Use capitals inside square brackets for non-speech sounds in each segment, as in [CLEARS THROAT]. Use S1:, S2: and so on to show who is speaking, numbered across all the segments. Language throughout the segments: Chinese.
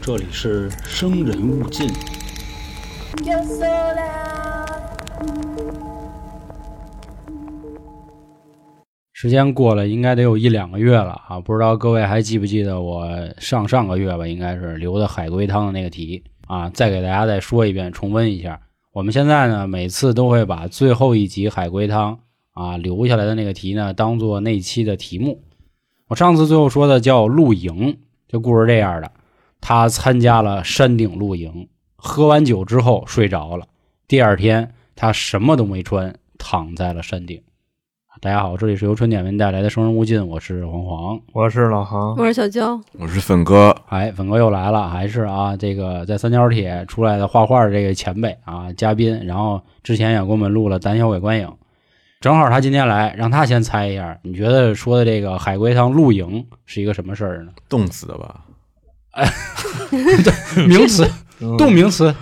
S1: 这里是生人勿近。
S2: You're so loud.
S3: 时间过了，应该得有一两个月了啊！不知道各位还记不记得我上上个月吧，应该是留的海龟汤的那个题啊？再给大家再说一遍，重温一下。我们现在呢，每次都会把最后一集海龟汤啊留下来的那个题呢，当做那期的题目。我上次最后说的叫露营，这故事这样的：他参加了山顶露营，喝完酒之后睡着了，第二天他什么都没穿，躺在了山顶。大家好，这里是由春点文带来的《生人勿近》，我是黄黄。
S4: 我是老航，
S5: 我是小娇，
S6: 我是粉哥，
S3: 哎，粉哥又来了，还是啊，这个在三角铁出来的画画的这个前辈啊，嘉宾。然后之前也给我们录了《胆小鬼观影》，正好他今天来，让他先猜一下，你觉得说的这个海龟汤露营是一个什么事儿
S4: [LAUGHS]
S3: 呢？
S6: 冻死的吧？
S3: 名词，
S4: 嗯
S3: 动名词，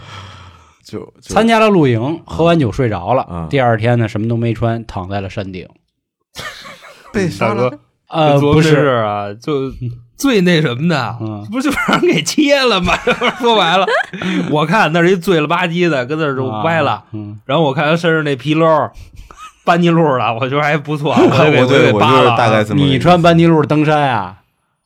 S6: 就就
S3: 参加了露营，喝完酒睡着了
S6: 嗯，
S3: 第二天呢什么都没穿，躺在了山顶。
S6: 被杀
S4: 大哥
S6: 了，，
S3: 呃，
S4: 琢磨
S3: 不
S4: 这事
S3: 是，
S4: 儿啊，就 [LAUGHS] 最那什么的
S3: 嗯，
S4: 不就把人给切了吗？ [LAUGHS] 说白了，我看那是一醉了吧唧的，跟那儿就歪了
S3: 啊。，嗯，
S4: 然后我看他身上那皮褛，班尼路了，我觉得还不错，我
S6: 我
S4: 就给
S6: 对
S4: 给
S6: 我
S4: 扒
S6: 就是
S4: 了，啊
S6: 大概这么个意思，
S3: 你穿班尼路登山啊？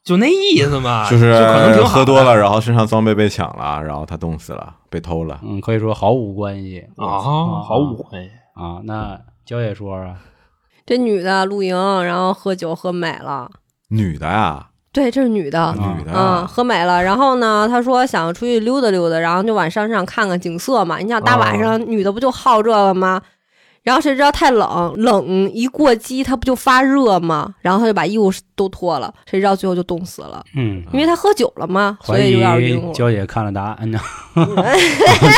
S4: 就那意思嘛，就
S6: 就
S4: 是可能挺好
S6: 喝多了，然后身上装备被抢了，然后他冻死了，被偷了。
S3: 嗯，可以说毫无关系
S4: 啊，好误会。
S3: 啊。那娇姐说啊说。
S5: 这女的露营，然后喝酒喝美了，
S6: 女的呀，
S5: 对，这是女的，
S6: 女的
S5: 嗯，
S6: 啊，
S5: 喝美了。然后呢，她说想出去溜达溜达，然后就往山上看看景色嘛。你想大晚
S4: 啊
S5: 上，女的不就好这个吗？然后谁知道太冷，冷一过激，她不就发热吗？然后她就把衣服都脱了，谁知道最后就冻死
S4: 啊
S5: 了，
S3: 嗯，
S5: 因为她喝酒了嘛，所
S3: 怀
S5: 以有点晕
S3: 疑
S5: 乎。
S3: 娇姐看了答
S5: [LAUGHS]
S3: 案呢，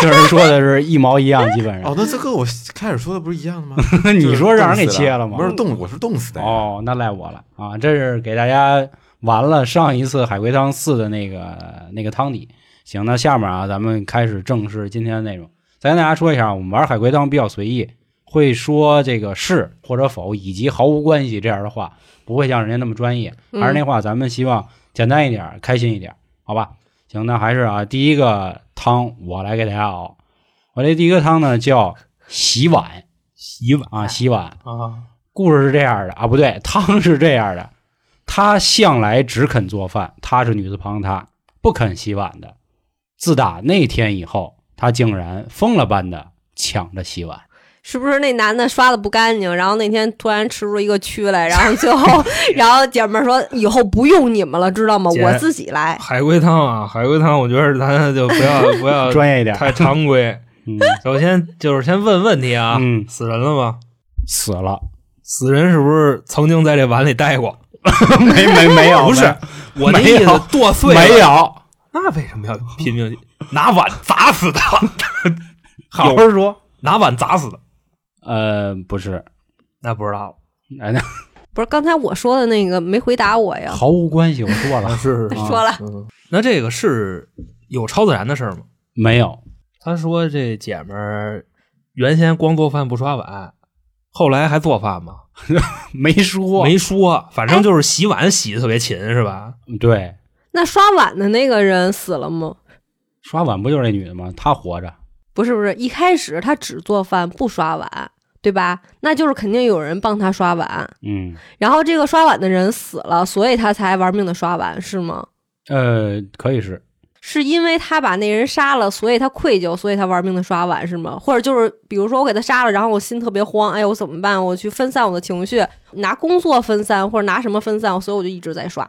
S3: 确实说的是一毛一样，基本上。，
S6: 哦那这跟我开始说的不是一样的吗？
S3: 你说让人给切了吗？
S6: 不是冻，我是冻死的呀。
S3: 哦，那赖我了啊！这是给大家完了上一次海龟汤四的那个那个汤底。行，那下面啊，咱们开始正式今天的内容。再跟大家说一下，我们玩海龟汤比较随意，会说这个是或者否以及毫无关系这样的话，不会像人家那么专业。
S4: 嗯
S3: 还是那话，咱们希望简单一点，开心一点，好吧？行，那还是啊，第一个汤我来给大家熬。我这第一个汤呢叫洗碗
S4: 洗碗
S3: 啊，洗碗。
S4: 啊，
S3: 故事是这样的啊，不对，汤是这样的。她向来只肯做饭，她是女字旁她，不肯洗碗的。自打那天以后，她竟然疯了般的抢着洗碗。
S5: 是不是那男的刷的不干净？然后那天突然吃出一个蛆来，然后最后，然后姐们儿说以后不用你们了，知道吗？
S4: 姐
S5: 我自己来。
S4: 海龟汤啊，海龟汤，我觉得咱就不要不要
S3: 专业一点，
S4: 太常规。
S3: 嗯
S4: 首先就是先问问题啊，
S3: 嗯，
S4: 死人了吗？
S3: 死 [LAUGHS] 了，
S4: 死人是不是曾经在这碗里待过？
S3: 没没没有，
S4: 不是我那
S3: 没
S4: 意思
S3: 有，
S4: 剁碎了
S3: 没，有，
S4: 那为什么要拼命拿碗砸死的？
S3: 好
S4: 有
S3: 好说。
S4: 拿碗砸死的，
S3: 呃，不是，
S4: 那不知道
S3: 哎，那
S5: 不是刚才我说的那个没回答我呀？
S3: 毫无关系，我说了
S4: [LAUGHS] 是嗯
S3: 啊
S5: [LAUGHS] 说了，
S4: 那这个是有超自然的事儿吗？
S3: 没有，
S4: 他说这姐们儿原先光做饭不刷碗，后来还做饭吗？
S3: 没说，
S4: 没说，反
S5: 哎
S4: 正就是洗碗洗的特别勤是吧？
S3: 对，
S5: 那刷碗的那个人死了吗？
S3: 刷碗不就是那女的吗？她活着，
S5: 不是不是，一开始他只做饭不刷碗，对吧？那就是肯定有人帮他刷碗，
S3: 嗯，
S5: 然后这个刷碗的人死了，所以他才玩命的刷碗，是吗？
S3: 呃，可以是，
S5: 是因为他把那人杀了，所以他愧疚，所以他玩命的刷碗，是吗？或者就是比如说我给他杀了，然后我心特别慌，哎呦我怎么办？我去分散我的情绪，拿工作分散或者拿什么分散，所以我就一直在刷，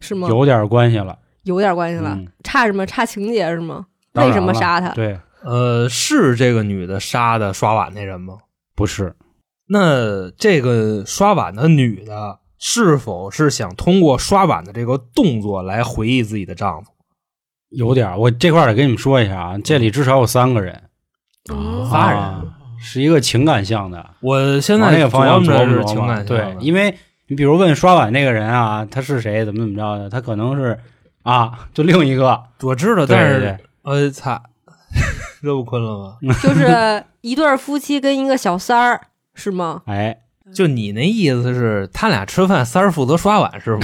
S5: 是吗？
S3: 有点关系了。
S5: 有点关系了，
S3: 嗯
S5: 差什么？差情节是吗？
S3: 当然
S5: 为什么
S3: 了
S5: 杀他？
S3: 对，
S4: 呃，是这个女的杀的刷碗那人吗？
S3: 不是，
S4: 那这个刷碗的女的是否是想通过刷碗的这个动作来回忆自己的丈夫？
S3: 有点儿。我这块儿得跟你们说一下啊，这里至少有三个人，
S5: 嗯
S4: 仨人
S3: 啊是一个情感向的，
S4: 我现
S3: 往
S4: 在
S3: 那个方向
S4: 琢
S3: 琢
S4: 磨
S3: 磨
S4: 着是
S3: 琢
S4: 情
S3: 磨
S4: 感向
S3: 对
S4: 的，
S3: 因为你比如问刷碗那个人啊，他是谁，怎么怎么着的，他可能是啊，就另一个。
S4: 我知道，
S3: 对
S4: 但是
S3: 对嗯
S4: 呃， [LAUGHS] 操，这不困了吗？
S5: 就是一对儿夫妻跟一个小三儿，是吗？
S3: 哎，
S4: 就你那意思是，他俩吃饭，三儿负责刷碗是
S3: [LAUGHS]
S4: 吗？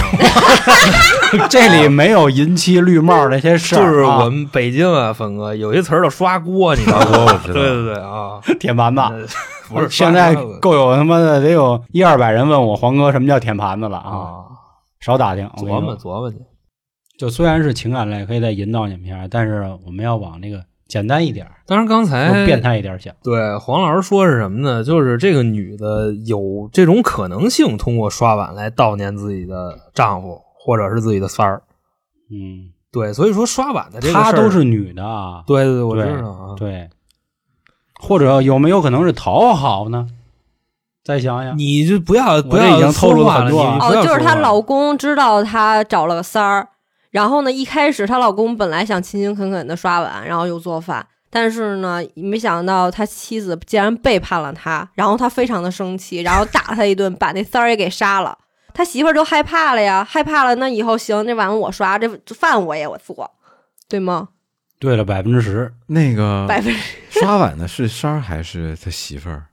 S4: 这
S3: 这里没有银漆绿帽那些事
S4: 就
S3: 儿、
S4: 是我们北京啊，粉哥有一词儿叫刷锅，你知道
S6: 大
S4: 吗？
S6: 锅我知
S4: 对
S6: 道，
S4: 对对啊，
S3: 铁盘子。
S4: 那 [LAUGHS] 不是
S3: 现在
S4: 刷锅
S3: 够有他妈的得有一二百人问我黄哥什么叫舔盘子了啊！
S4: 啊，
S3: 少打听，我跟你
S4: 琢磨
S3: 说
S4: 琢磨去。
S3: 就虽然是情感类，可以再引导你们一下，但是我们要往那个简单一点儿、
S4: 当然刚
S3: 更
S4: 才
S3: 变态一点儿想。
S4: 对黄老师说是什么呢？就是这个女的有这种可能性，通过刷碗来悼念自己的丈夫或者是自己的三儿。
S3: 嗯，
S4: 对，所以说刷碗的这个
S3: 她
S4: 事儿
S3: 都是女的啊，
S4: 对对对，我
S3: 对
S4: 知道啊。
S3: 对，或者有没有可能是讨好呢？再想想，
S4: 你就不要不
S3: 我这
S4: 要
S3: 已经透露
S4: 说
S3: 了
S4: 话了，
S3: 很
S4: 你
S3: 多啊
S4: 不
S5: 哦
S4: 要，
S5: 就
S4: 说
S5: 是她
S4: 话
S5: 老公知道她找了个三儿，然后呢，一开始她老公本来想勤勤恳恳的刷碗，然后又做饭，但是呢，没想到他妻子竟然背叛了他，然后他非常的生气，然后打他一顿，把那三儿也给杀了。他媳妇儿就害怕了呀，害怕了，那以后行，这碗我刷，这饭我也我做，对吗？
S3: 对了百分之十，
S6: 那
S4: 嗯
S6: 个
S5: 百分之
S6: 刷碗的是三儿还是他媳妇儿？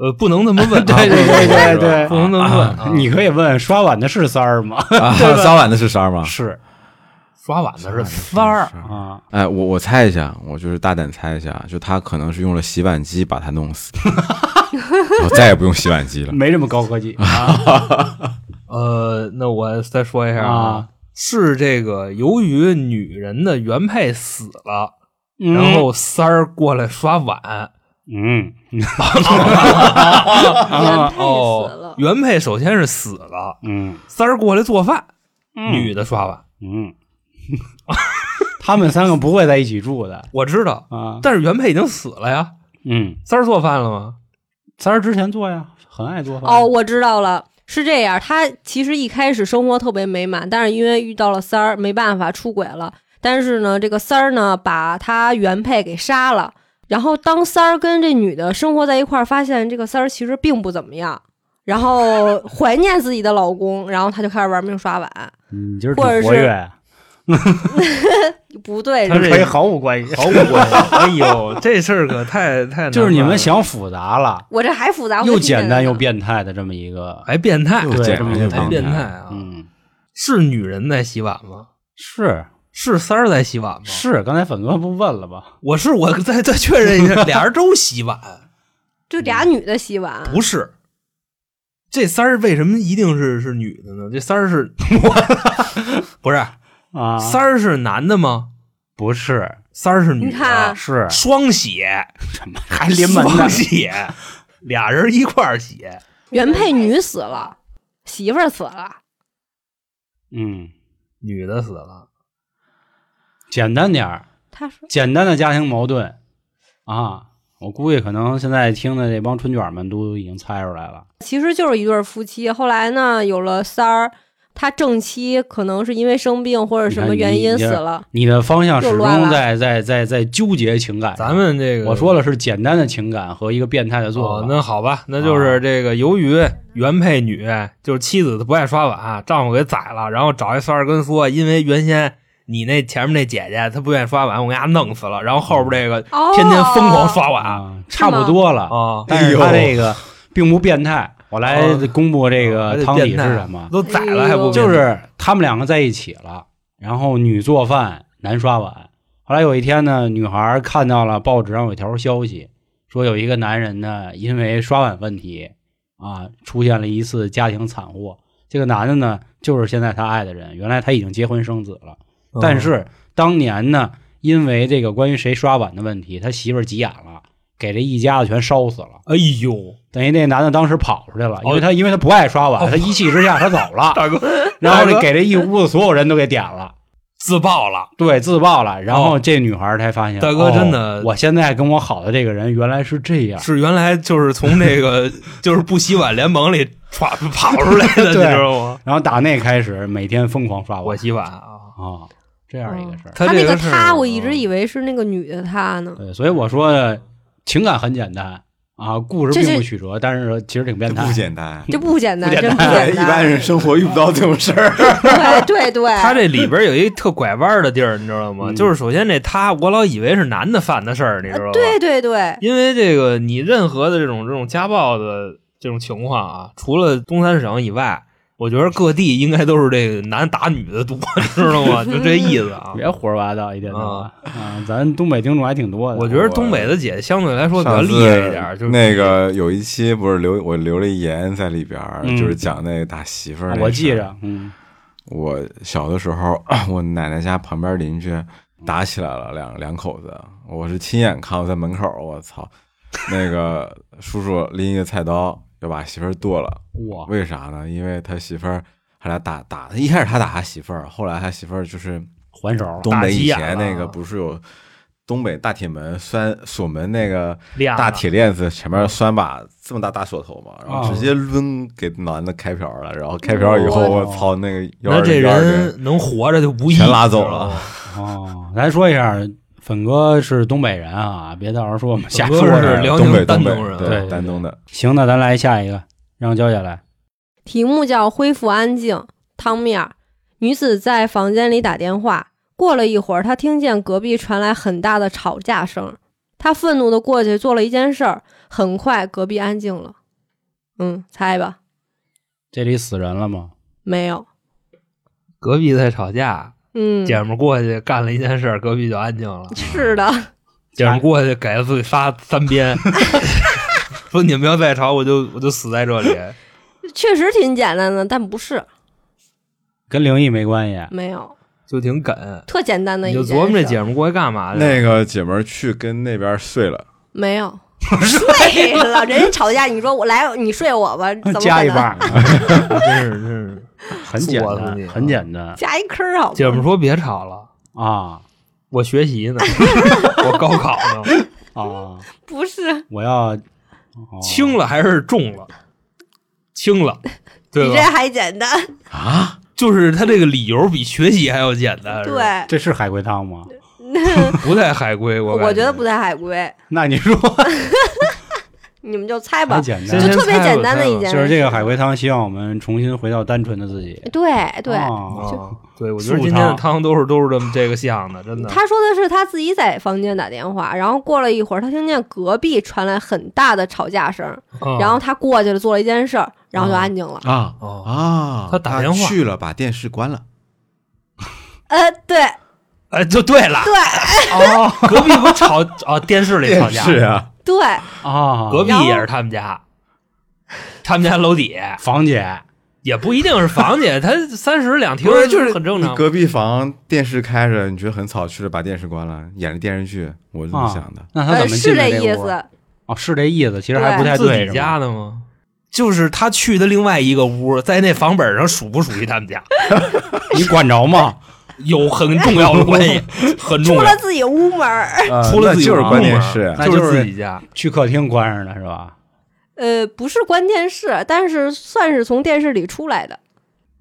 S4: 呃，不能这么问，
S6: 啊
S4: 对
S3: [LAUGHS] 对对对
S6: 是吧
S3: 对
S4: 不能这么问。啊
S3: 你可以问刷碗的是三儿吗？
S6: 啊，刷碗的是三儿吗？
S3: [LAUGHS] 是
S4: 刷碗的是三儿，
S3: 啊，
S6: 哎，我我猜一下，我就是大胆猜一下，就他可能是用了洗碗机把他弄死，我再也不用洗碗机了。
S3: 没这么高科技
S4: 呃，那我再说一下
S3: 啊，。
S4: 是这个，由于女人的原配死了，
S3: 嗯
S4: 然后三儿过来刷碗。
S3: 嗯，
S5: 原配死
S4: 哦
S5: 了，，
S4: 原配首先是死了，
S3: 嗯，
S4: 三儿过来做饭，
S3: 嗯
S4: 女的刷碗。
S3: 嗯，他们三个不会在一起住的
S4: 我知道，
S3: 啊。
S4: 但是原配已经死了呀，
S3: 嗯，
S4: 三儿做饭了吗？
S3: 三儿之前做呀，很爱做饭。
S5: 哦，，我知道了，是这样。她其实一开始生活特别美满，但是因为遇到了三儿，没办法出轨了。但是呢，这个三儿呢，把她原配给杀了。然后当三儿跟这女的生活在一块儿，发现这个三儿其实并不怎么样，然 [LAUGHS] 后怀念自己的老公，然后她就开始玩命刷碗。
S3: 你嗯今儿
S5: 挺或者
S3: 活
S5: 是活
S3: 跃，
S5: 不对，
S4: 她这
S5: 是
S4: 可以
S3: 毫无关系。
S4: 毫无关系。哎呦，这事儿可太太难
S3: 就是你
S4: 办了
S3: 们想复杂了，
S5: 我这还复杂，我
S3: 又
S5: 这听见
S3: 简单
S5: 了
S3: 又变态的这么一个，
S4: 还变态，
S6: 又
S3: [LAUGHS] 对
S6: 简
S3: 这么
S6: 直
S3: 一个
S6: 就
S3: 状
S4: 还
S3: 态
S4: 变态啊！
S3: 嗯，
S4: 是女人在洗碗吗？
S3: 是
S4: 是三儿在洗碗吗？
S3: 是，刚才粉哥不问了吧？
S4: 我是我再再确认一 [LAUGHS] 下，俩人都洗碗，
S5: 就俩
S3: 嗯
S5: 女的洗碗，
S4: 不是。这三儿为什么一定是是女的呢？这三儿是， [LAUGHS] 不是
S3: 啊，
S4: 三儿是男的吗？
S3: 不是，
S4: 三儿是女
S5: 你看啊
S4: 的，
S3: 是
S4: 双血， [LAUGHS]
S3: 什么还临门呢
S4: 双？血，俩人一块儿洗，
S5: 原配女死了，媳妇儿死了。
S3: 嗯，
S4: 女的死了，
S3: 简单点儿，
S5: 她说
S3: 简单的家庭矛盾啊，我估计可能现在听的这帮春卷们都已经猜出来了。
S5: 其实就是一对儿夫妻。后来呢，有了三儿，他正妻可能是因为生病或者什么原因死了。
S3: 你的方向始
S5: 又乱
S3: 终
S5: 了
S3: 在在在在纠结情感上。
S4: 咱们这个
S3: 我说了是简单的情感和一个变态的做
S4: 哦
S3: 法。，
S4: 那好吧，啊那就是这个，由于原配女就是妻子她不爱刷碗，丈夫给宰了，然后找一三儿跟说，因为原先你那前面那姐姐她不愿意刷碗，我给她弄死了，然后后边这个
S5: 哦，
S4: 天天疯狂刷碗啊、
S3: 啊，差不多了。但是他这个并不变态。我来
S4: 哎哦
S3: 公布这
S4: 还
S3: 个
S4: 得
S3: 汤
S4: 变
S3: 底是
S4: 态啊
S3: 什么？
S4: 都宰了还不
S3: 就
S4: 变态
S3: 是他们两个在一起了，然后女做饭，男刷碗。后来有一天呢，女孩看到了报纸上有一条消息，说有一个男人呢，因为刷碗问题啊，出现了一次家庭惨祸。这个男的呢，就是现在她爱的人，原来他已经结婚生子了，
S4: 嗯
S3: 但是当年呢，因为这个关于谁刷碗的问题，他媳妇儿急眼了，给这一家子全烧死了。
S4: 哎呦，
S3: 等于那男的当时跑出去了，因为他因为他不爱刷碗，他一气之下他走了。
S4: 哦 [LAUGHS] 大哥
S3: 然后这给这一屋子所有人都给点了，
S4: 自爆了，
S3: 对，自爆了。然后这女孩儿才发现，
S4: 哦大哥
S3: 哦
S4: 真的
S3: 我现在跟我好的这个人原来是这样，
S4: 是原来就是从这 [LAUGHS] 个就是不洗碗联盟里刷跑出来 [LAUGHS] 的，你
S3: 对
S4: 知道吗？
S3: 然后打那开始每天疯狂刷
S4: 我
S3: 碗
S4: 洗碗啊，
S3: 啊，这样一个事儿。
S4: 他
S5: 那
S4: 这
S5: 个
S4: 是嗯
S5: 他，我一直以为是那个女的她呢。
S3: 对，所以我说情感很简单啊，故事并不曲折，但是其实挺变态。
S6: 单， [LAUGHS]
S5: 这不简单，
S3: 不简
S5: 真
S3: 单
S5: 不简单。
S6: 生活遇不到这种事儿。
S5: 对对对，
S4: [LAUGHS] 他这里边有一特拐弯的地儿，你知道吗？
S3: 嗯
S4: 就是首先这他，我老以为是
S5: 啊
S4: 男的犯的事儿，你知道吗？
S5: 对对对，
S4: 因为这个你任何的这种这种家暴的这种情况啊，除了东三省以外，我觉得各地应该都是这个男打女的多，你知道吗？就这意思 [LAUGHS] 啊。
S3: 别胡说八道，一天到晚啊！咱东北听众还挺多的，
S4: 我觉得东北的姐姐相对来说比较
S6: 上
S4: 厉
S6: 次
S4: 害一点，就是
S6: 那个有一期不是留我留了一言在里边儿，
S3: 嗯
S6: 就是讲那打媳妇儿、
S3: 啊我记。着，嗯，
S6: 我小的时候， [CLEARS THROAT] 我奶奶家旁边邻居打起来了，两两口子，我是亲眼看到在门口，我操，那个叔叔拎一个菜刀 [LAUGHS] 要把媳妇儿剁了，
S3: 哇，
S6: 为啥呢？因为他媳妇儿后来打打，一开始他打他媳妇儿，后来他媳妇儿就是
S3: 还手了，
S6: 东北以
S4: 打急眼
S6: 前
S4: 了
S6: 那个不是有东北大铁门栓锁门那个
S4: 练
S6: 大
S4: 了
S6: 铁链子前面拴把这么大大锁头嘛，然后
S3: 哦
S6: 直接抡给男的开瓢了，然后开瓢以后，
S3: 哦
S6: 我操，那个幺
S4: 那
S6: 二
S4: 这
S6: 幺二零
S4: 人能活着就不易，
S6: 全拉走了
S3: 哦，咱说一下，粉哥是东北人啊，别到时候说我们瞎说
S4: 嗯粉哥是
S3: 这
S4: 辽宁
S6: 哎东北
S4: 丹
S6: 东北
S4: 东人啊
S3: 对对
S6: 对丹东的，
S3: 行，那咱来下一个，让娇姐来。
S5: 题目叫《恢复安静》，汤面儿，女子在房间里打电话，过了一会儿，她听见隔壁传来很大的吵架声，她愤怒的过去做了一件事儿，很快隔壁安静了。嗯，猜吧，
S3: 这里死人了吗？
S5: 没有。
S4: [LAUGHS] 隔壁在吵架，
S5: 嗯，
S4: 姐们儿过去干了一件事儿，隔壁就安静了。
S5: 是的，
S4: 姐们儿过去给了自己仨三鞭， [LAUGHS] 说你们要再吵，我就我就死在这里。
S5: [LAUGHS] 确实挺简单的，但不是，
S3: 跟灵异没关系。
S5: 没有，
S4: 就挺梗。
S5: 特简单的
S4: 你
S5: 一
S4: 就
S5: 件事。
S4: 琢磨这姐们儿过来干嘛去？
S6: 那个姐们儿去跟那边睡了，
S5: 没有。 [LAUGHS] 睡了，人家吵架，你说我来，你睡
S4: [LAUGHS]
S5: 我吧，
S3: [LAUGHS]
S5: 怎么
S3: 加一
S5: 可能
S3: 半，
S5: [LAUGHS]
S4: 真是真是。
S3: 很简
S4: 作死你
S3: 单，很简单
S5: 加一坑儿好吗？
S4: 姐们儿说别吵了，
S3: 啊
S4: 我学习呢， [LAUGHS] 我高考
S6: [LAUGHS]
S4: 呢，
S3: 啊！
S5: 不是，
S3: 我要哦
S4: 轻了还是重了？轻了，对
S5: 比这
S4: 吧？
S5: 还简单。
S4: 就是他这个理由比学习还要简单，是吧，
S5: 对，
S3: 这是海龟汤吗？
S4: 不太海归，我
S5: 我
S4: 我
S5: 觉得不太海归，
S3: 那你
S5: [LAUGHS]
S3: 说
S5: 你们就猜吧
S3: 很，简
S5: 就
S3: 单
S4: 先，
S5: 特别
S4: 猜吧
S5: 简单的
S4: 猜吧
S5: 一件事。
S3: 就是这个海龟汤，希望我们重新回到单纯的自己。
S5: 对对，
S3: 啊
S4: 啊，对，我觉得
S3: 素
S4: 今天的
S3: 汤
S4: 汤都是都是这么这个像的，真的。
S5: 他说的是他自己在房间打电话，然后过了一会儿，他听见隔壁传来很大的吵架声，
S4: 嗯
S5: 然后他过去了，做了一件事儿，然后就
S4: 啊
S5: 安静了。
S6: 啊
S4: 哦，
S6: 啊
S4: 他打电话
S6: 去了，把电视关了，
S5: 呃，对
S4: 哎，就对了，
S5: 对
S4: 哦， [LAUGHS] 隔壁不吵哦，电视里吵架，
S6: 是啊，
S5: 对，
S3: 啊！
S4: 隔壁也是他们家，他们家楼底
S3: 房姐
S4: 也不一定是房姐，他三室两厅
S6: 不是就是
S4: 很正常
S6: 你。隔壁房电视开着，你觉得很吵，去了把电视关了，演着电视剧，我是这么
S3: 啊
S6: 想的。，
S3: 那他
S5: 呃，
S3: 怎么
S5: 是
S3: 进的
S5: 这意
S3: 个屋
S5: 思。
S3: 哦，是这意思，其实还不太
S4: 自
S3: 对，
S4: 己
S3: 是
S4: 家
S3: 吗？
S4: 的吗？就是他去的另外一个屋，在那房本上属不属于他们家，
S3: 你管着吗？
S4: 有很重要的关 [LAUGHS] 系，很重
S5: 出了
S4: 要。
S5: 自己屋门儿，
S6: 啊
S4: 哎除了
S6: 那
S4: 自己哦
S6: 就是
S4: 屋
S6: 关
S4: 门
S6: 电视，
S4: 那
S3: 那
S4: 就
S3: 就是是
S4: 自己家。
S3: 去客厅关上了是吧？
S5: 呃，不是关电视，但是算是从电视里出来的。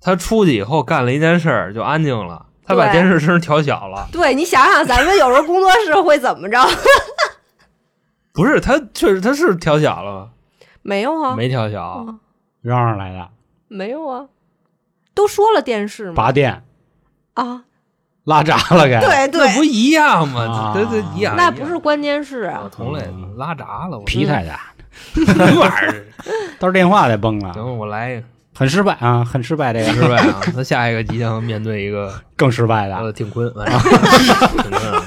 S4: 他出去以后干了一件事儿，就安静了。他把
S5: 对
S4: 电视声调小了，
S5: 对你想想，咱们有时候工作室会怎么着？
S4: 不是他确实他是调小了
S5: 没有啊，
S4: 吗？没调小，
S5: 嗯
S3: 嚷嚷来的，
S5: 没有啊，都说了电视嘛
S3: 拔电
S5: 啊，
S3: 拉闸了该。
S5: 对对
S4: 那，不哎一样吗？
S3: 啊嗯
S4: 对对一样。
S5: 那
S4: 一样
S5: 不是关键是
S4: 啊，同类的拉闸了，我
S3: 皮太大，
S4: 什么玩意儿？
S3: [LAUGHS] 到时候电话得崩
S4: 等
S3: 了，
S4: 会儿我来一个，
S3: 很失败啊，很失败，这个
S4: [LAUGHS] 失败啊！他下一个即将面对
S3: [LAUGHS]
S4: 一个
S3: 更失败的。
S4: 呃挺
S3: [LAUGHS]
S4: 坤，完事儿挺坤啊。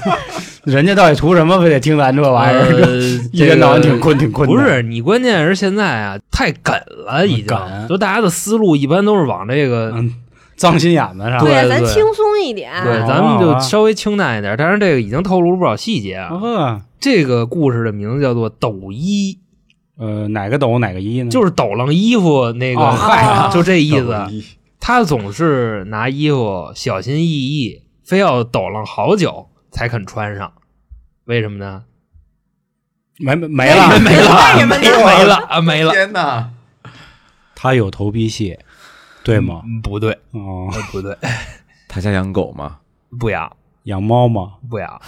S3: 人家到底图什么，非得听咱这玩意儿？
S4: 呃
S3: [LAUGHS] 一天到晚挺。困挺
S4: 这
S3: 困
S4: 个
S3: 的。嗯
S4: [LAUGHS] 不是你，关键是现在啊，太梗了，已经。
S3: 梗
S4: 就大家的思路一般都是往这个，
S3: 嗯，脏心眼子上。
S4: 对
S5: 咱
S4: 对
S5: 轻松一点。
S4: 对，
S3: 好啊
S4: 咱们就
S3: 好啊
S4: 稍微清淡一点。但是这个已经透露了不少细节
S5: 嗯
S4: 啊。
S3: 啊，
S4: 这个故事的名字叫做“抖衣
S3: 呃，哪个抖哪个一”，呢？
S4: 就是抖楞衣服那 [LAUGHS] 个，
S3: 哦嗨
S4: 就这意
S6: 抖
S4: 思。啊
S6: 音
S4: 他总是拿衣服小心翼翼，非要抖楞好久才肯穿上。为什么呢？
S3: 没没没了，
S4: 没了，没了，没了啊，没了。
S6: 哦天哪！
S3: 他有头皮屑，对吗？
S4: 嗯不对，
S3: 哦，
S4: 呃不对，
S6: 他家养狗吗？
S4: 不养，
S3: 养猫吗？
S4: 不养，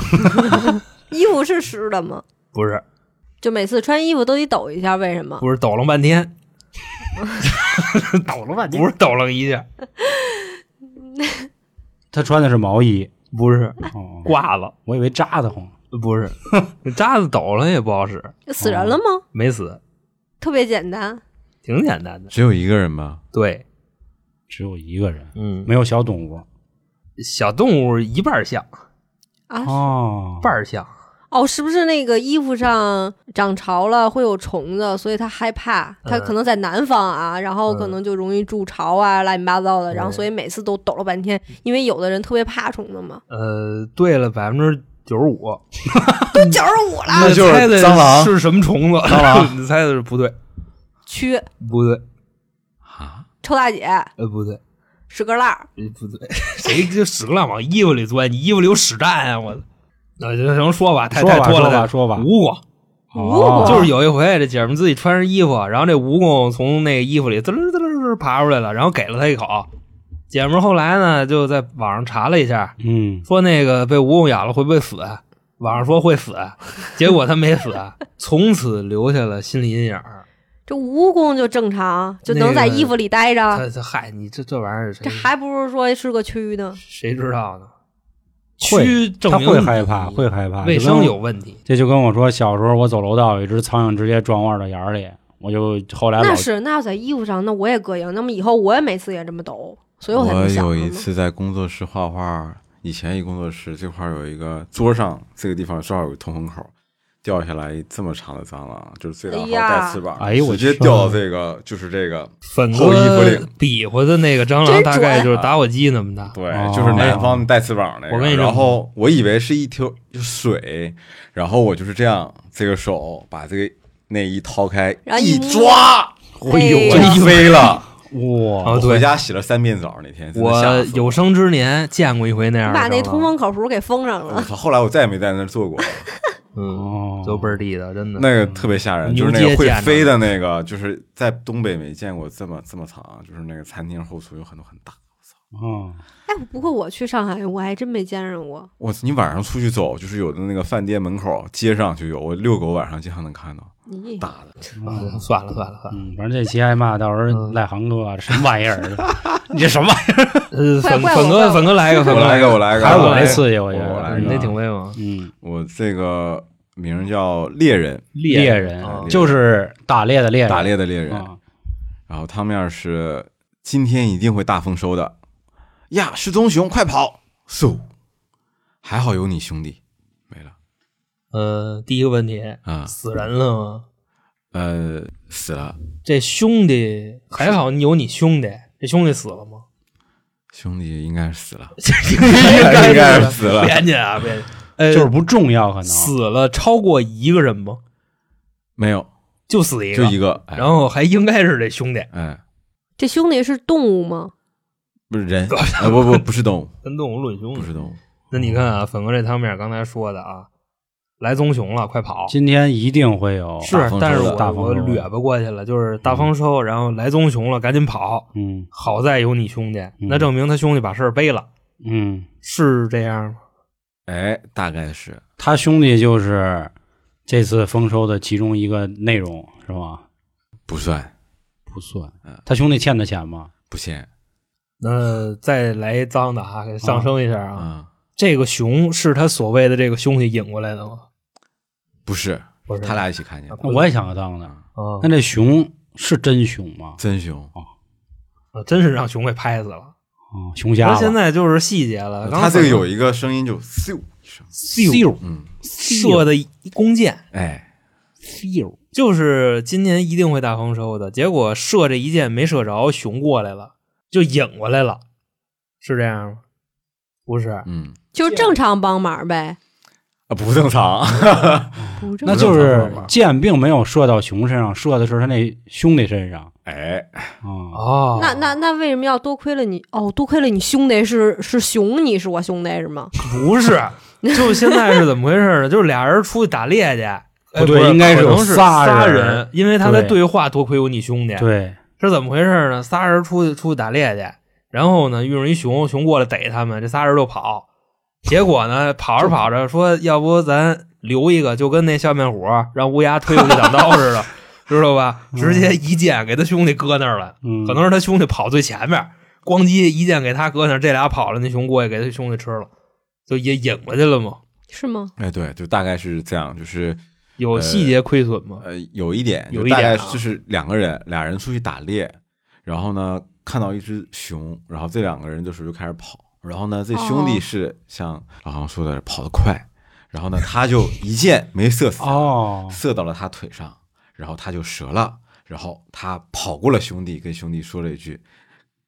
S5: 衣服是湿的吗？
S4: 不是，
S5: 就每次穿衣服都得抖一下，为什么？
S4: 不是抖楞半天， [LAUGHS] 抖了半天，不是抖楞一下，
S3: 他穿的是毛衣。
S4: 不是
S3: 哦，
S4: 挂了，
S3: 我以为扎的慌。
S4: 不 [LAUGHS] 是，渣子抖了也不好使，
S5: 死人了吗？
S4: 没死，
S5: 特别简单，
S4: 挺简单的。
S6: 只有一个人吧？
S4: 对，
S3: 只有一个人，
S4: 嗯，
S3: 没有小动物
S4: 小动物一半儿像，
S5: 啊。
S3: 哦
S4: 半儿像，
S5: 哦，是不是那个衣服上涨潮了会有虫子，所以它害怕？
S6: 嗯
S5: 它可能在南方啊，然后可能就容易筑巢啊，乱七八糟
S6: 嗯
S5: 的。然后所以每次都抖了半天，因为有的人特别怕虫子嘛。
S4: 呃，对了百分之九十五，
S5: [LAUGHS] 都九
S4: [LAUGHS]
S5: 十五了，
S6: 那就是
S4: 猜的
S6: 蟑螂
S4: 是什么虫子？
S6: 蟑螂，
S4: [LAUGHS] 你猜的是不对，
S6: 嗯
S5: 蛆、
S4: 不对，
S6: 啊，
S5: 臭大姐、
S4: 呃，不对，
S5: 屎壳郎、
S4: 呃不对， [LAUGHS] 谁就屎壳郎往衣服里钻？你衣服里有屎蛋啊！我，那就行，说吧，太
S3: 说
S4: 太
S3: 吧
S4: 多了，
S3: 说吧
S4: 太
S3: 说吧哦
S4: 蜈蚣。
S5: 蜈蚣
S4: 就是有一回，这姐们自己穿上衣服，然后这蜈蚣从那个衣服里滋溜滋溜滋溜爬出来了，然后给了她一口。姐们后来呢，就在网上查了一下，
S3: 嗯，
S4: 说那个被蜈蚣咬了会不会死？啊网上说会死，啊结果她没死，啊 [LAUGHS] 从此留下了心理阴影儿。
S5: 这蜈蚣就正常，就
S4: 那
S5: 能
S4: 个
S5: 在衣服里待着，
S4: 他他嗨，你这这玩意儿谁
S5: 啊这还不如说是个蛆呢。
S4: 谁知道呢？
S3: 会
S4: 蛆证
S3: 他
S4: 明
S3: 会害怕，
S4: 你
S3: 会害怕，
S4: 卫
S3: 就跟
S4: 生
S3: 我
S4: 有问题。
S3: 这就跟我说，小时候我走楼道，有一只苍蝇直接撞我耳朵眼儿里，我就后来老
S5: 那是，那要在衣服上，那我也膈应。那么以后我也每次也这么抖，所以我才
S6: 我
S5: 能想
S6: 哎有
S5: 的嘛
S6: 一次在工作室画画，以前一工作室这块儿有一个桌上这个地方正好有个通风口，掉下来一这么长的蟑螂，就是最大号
S5: 哎呀
S6: 带翅膀，
S3: 哎呦我
S6: 直接
S3: 去
S6: 掉到这个就是这个，
S4: 粉
S6: 后
S4: 哥
S6: 衣服领
S4: 比划的那个蟑螂
S5: 真
S4: 大
S5: 准啊
S4: 概就是打火机那么大，
S6: 对，
S3: 哦
S6: 就是南方带翅膀那个。
S4: 哎我跟你说
S6: 然后我以为是一条水，然后我就是这样，这个手把这个内衣掏开，
S5: 然后一
S6: 一
S5: 摸
S6: 抓，
S5: 哎呦
S6: 我就飞了。
S3: 哇，
S4: 哦
S6: 我
S4: 对
S6: 回家洗了三遍澡，那天真的吓
S4: 我
S6: 死
S4: 有生之年见过一回那样
S5: 你
S4: 的蟑
S5: 把
S4: 螂。
S5: 那通风口符给封上
S6: 我
S5: 了。 [LAUGHS]
S6: 操！后来我再也没在那儿坐过，
S4: 嗯，
S3: 哦，
S4: 都倍儿地道，真的。
S6: 那个特别吓人，
S4: 牛
S6: 就是
S4: 街
S6: 那个会
S4: 见着
S6: 飞的那个，就是在东北没见过这么这么长，就是那个餐厅后厨有很多很大。
S3: 嗯，
S5: 哎，不过我去上海，我还真没见着过。
S6: 我你晚上出去走，就是有的那个饭店门口、街上就有，我遛狗晚上经常能看到
S5: 咦，
S6: 大的。
S4: 嗯算了算了算了，
S3: 嗯，反正这期挨骂，到时候
S4: 嗯
S3: 赖航哥啊什么玩 [LAUGHS] 意儿？你这什么玩意
S4: 呃，
S5: 怪
S4: 粉
S5: 怪
S4: 粉
S5: 我怪
S4: 哥
S5: 我
S4: 粉哥来一个，粉
S6: 我
S4: 哥
S6: 来一
S4: 一
S6: 个，我来一
S3: 儿？
S6: 个，
S3: 还是
S6: 我
S3: 我
S6: 来
S3: 那
S6: 一个
S3: 刺激，我觉
S6: 我
S3: 得
S6: 来
S4: 嗯
S6: 一个
S4: 那挺威猛。
S3: 嗯，
S6: 我这个名叫猎人，
S3: 猎人
S4: 啊
S3: 就是打猎的猎人，
S6: 打猎的猎人。
S3: 啊，
S6: 然后汤面是今天一定会大丰收的呀！是棕熊，快跑！嗖，还好有你兄弟，没了
S4: 嗯，第一个问题，
S6: 啊。
S4: 死人了吗？
S6: 呃，死了，
S4: 这兄弟还好，你有你兄弟，这兄弟死了吗？
S6: 兄弟 [LAUGHS] 应该是死了，
S4: 应
S6: 应该
S4: 该
S6: 是死了，
S4: 编辑啊，编辑。呃，
S3: 就是不重要，可能
S4: 死了超过一个人吗？
S6: 没有，
S4: 就死一个，
S6: 就一个。哎
S4: 然后还应该是这兄弟
S6: 哎，
S5: 这兄弟是动物吗？
S6: 不
S4: [LAUGHS]
S6: 是人，呃不不不是动物，
S4: 跟动物论凶
S6: 不。是动物，
S4: 那你看啊，粉哥这汤面刚才说的啊，来棕熊了，快跑！
S3: 今天一定会有
S4: 是
S6: 大丰收，嗯
S4: 但是
S6: 了
S4: 我
S3: 大
S4: 我
S3: 丰收了
S4: 略吧过去了，就是大丰收，然后来棕熊了，赶紧跑。
S3: 嗯
S4: 好在有你兄弟，
S6: 嗯
S4: 那证明他兄弟把事儿背了，
S3: 嗯，
S4: 是这样吗？
S6: 哎，大概是
S3: 他兄弟就是这次丰收的其中一个内容，是吧？
S6: 不算
S3: 不算
S6: 嗯，
S3: 他兄弟欠的钱吗？
S6: 不限
S4: 那再来一脏的啊，给上升一下啊！
S6: 啊，
S4: 这个熊是他所谓的这个兄弟引过来的吗？
S6: 不是，
S4: 不是，
S6: 他俩一起看见的，
S3: 那我也想个当的。
S4: 啊
S3: 那，这熊是真熊吗？
S6: 真熊。
S4: 哦啊真是让熊给拍死了。
S3: 哦，熊瞎
S4: 那
S3: 了。
S4: 现在就是细节了，
S6: 他这个有一个声音就咻一声，
S3: 咻
S6: 嗯，
S4: 射的一弓箭，
S6: 哎，
S3: 咻，
S4: 就是今年一定会大丰收的。结果射这一箭没射着，熊过来了，就引过来了，是这样吗？不是，
S6: 嗯
S5: 就是正常帮忙呗，
S6: 啊，不正常， [LAUGHS]
S5: 不正
S3: 那
S5: 常。
S3: 就是箭并没有射到熊身上，射的是他那兄弟身上
S6: 哎，
S3: 啊。
S4: 哦，
S5: 那那那为什么要多亏了你？哦，多亏了你兄弟是是熊，你是我兄弟是吗？
S4: 不是，就现在是怎么回事呢？就是俩人出去打猎去，哎
S3: 不对
S4: 是
S3: 应该是
S4: 可
S3: 有
S4: 能是
S3: 仨
S4: 仨
S3: 人
S4: 人，因为他在
S3: 对
S4: 对话，多亏有你兄弟，
S3: 对，
S4: 是怎么回事呢？仨人出去出去打猎去，然后呢遇上一熊，熊过来逮他们，这仨人就跑。结果呢，跑着跑着说，要不咱留一个，就跟那笑面虎让乌鸦推过去挡刀似的， [LAUGHS] 知道吧？直接一箭给他兄弟搁那儿了。
S3: 嗯，
S4: 可能是他兄弟跑最前面，咣叽一箭给他搁那儿，这俩跑了，那熊过去给他兄弟吃了，就也引过去了嘛。
S5: 是吗？
S6: 哎，对，就大概是这样，就是
S4: 有细节亏损吗？
S6: 呃，有一点，就
S4: 有一
S6: 大
S4: 点
S6: 概
S4: 啊
S6: 就是两个人，俩人出去打猎，然后呢看到一只熊，然后这两个人这时候就开始跑，然后呢这兄弟
S5: 哦
S6: 是像老航说的跑得快，然后呢他就一箭没射死他，
S3: 哦，
S6: 射到了他腿上，然后他就折了，然后他跑过了兄弟，跟兄弟说了一句：“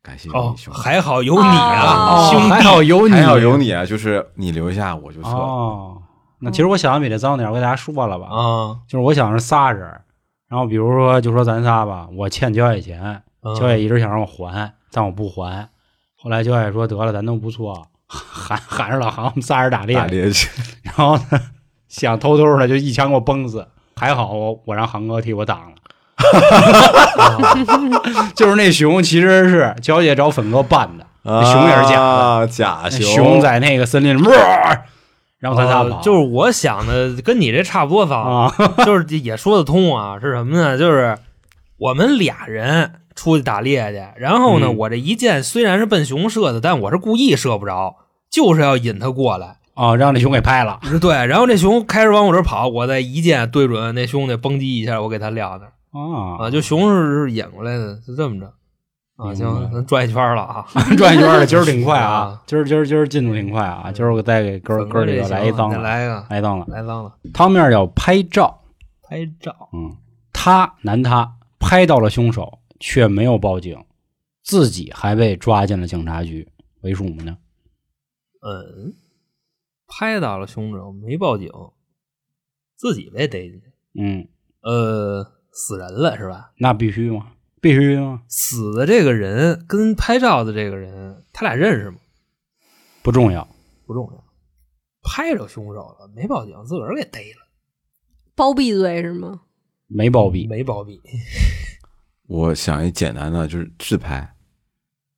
S6: 感谢
S4: 哦
S6: 你，兄弟，
S4: 还好有你啊，
S5: 哦
S4: 兄弟，
S3: 还好有你，
S6: 还好有你啊，就是你留下我就撤了。
S3: 哦。那其实我想的比这脏点儿，我给大家说了吧，
S4: 啊，
S3: 就是我想是仨人儿，然后比如说就说咱仨吧，我欠焦野钱，
S4: 嗯
S3: 焦野一直想让我还，但我不还，后来焦野说得了，咱都不错，喊喊着老航，我们仨人打猎，
S6: 打猎去，
S3: 然后呢想偷偷的就一枪给我崩死，还好我我让航哥替我挡了。 [LAUGHS] 就是那熊其实是焦姐找粉哥扮的，那熊也是假的，
S6: 啊，假
S3: 那
S6: 熊，
S3: 熊在那个森林里，哇然后他仨跑，
S4: 哎哦就是我想的跟你这差不多早，
S3: 啊，
S4: [LAUGHS] 就是也说得通啊，是什么呢？就是我们俩人出去打猎去，然后呢，
S3: 嗯
S4: 我这一箭虽然是奔熊射的，但我是故意射不着，就是要引他
S3: [LAUGHS]
S4: 过来。
S3: 哦，让那熊给拍了，
S4: 对，然后这熊开始往我这儿跑，我再一箭对准那兄弟，嘣叽一下，我给他撂那儿
S3: 啊
S4: 啊！，就熊是是引过来的，是这么着啊。
S3: 明白
S4: 行，咱转一圈了啊。
S3: 转一圈了，今儿挺快啊
S4: 啊，
S3: 今儿今儿今儿进度挺快啊，今儿我再给哥
S4: 嗯粉
S3: 哥几
S4: 这
S3: 个
S4: 行啊
S3: 来一脏
S4: 再
S3: 了，哎
S4: 来一个，
S3: 来一脏了，
S4: 来脏了，
S3: 汤面叫拍照，
S4: 拍照。
S3: 嗯，他男他拍到了凶手，却没有报警，自己还被抓进了警察局，为什么呢？
S4: 嗯，拍到了凶手，没报警，自己被逮进去。
S3: 嗯，
S4: 呃，死人了是吧？
S3: 那必须吗？必须吗？
S4: 死的这个人跟拍照的这个人，他俩认识吗？
S3: 不重要，
S4: 不重要。拍着凶手了，没报警，自个儿给逮了，
S5: 包庇罪是吗？
S3: 没包庇，
S4: 没包庇。
S6: 我想一简单的，就是自拍，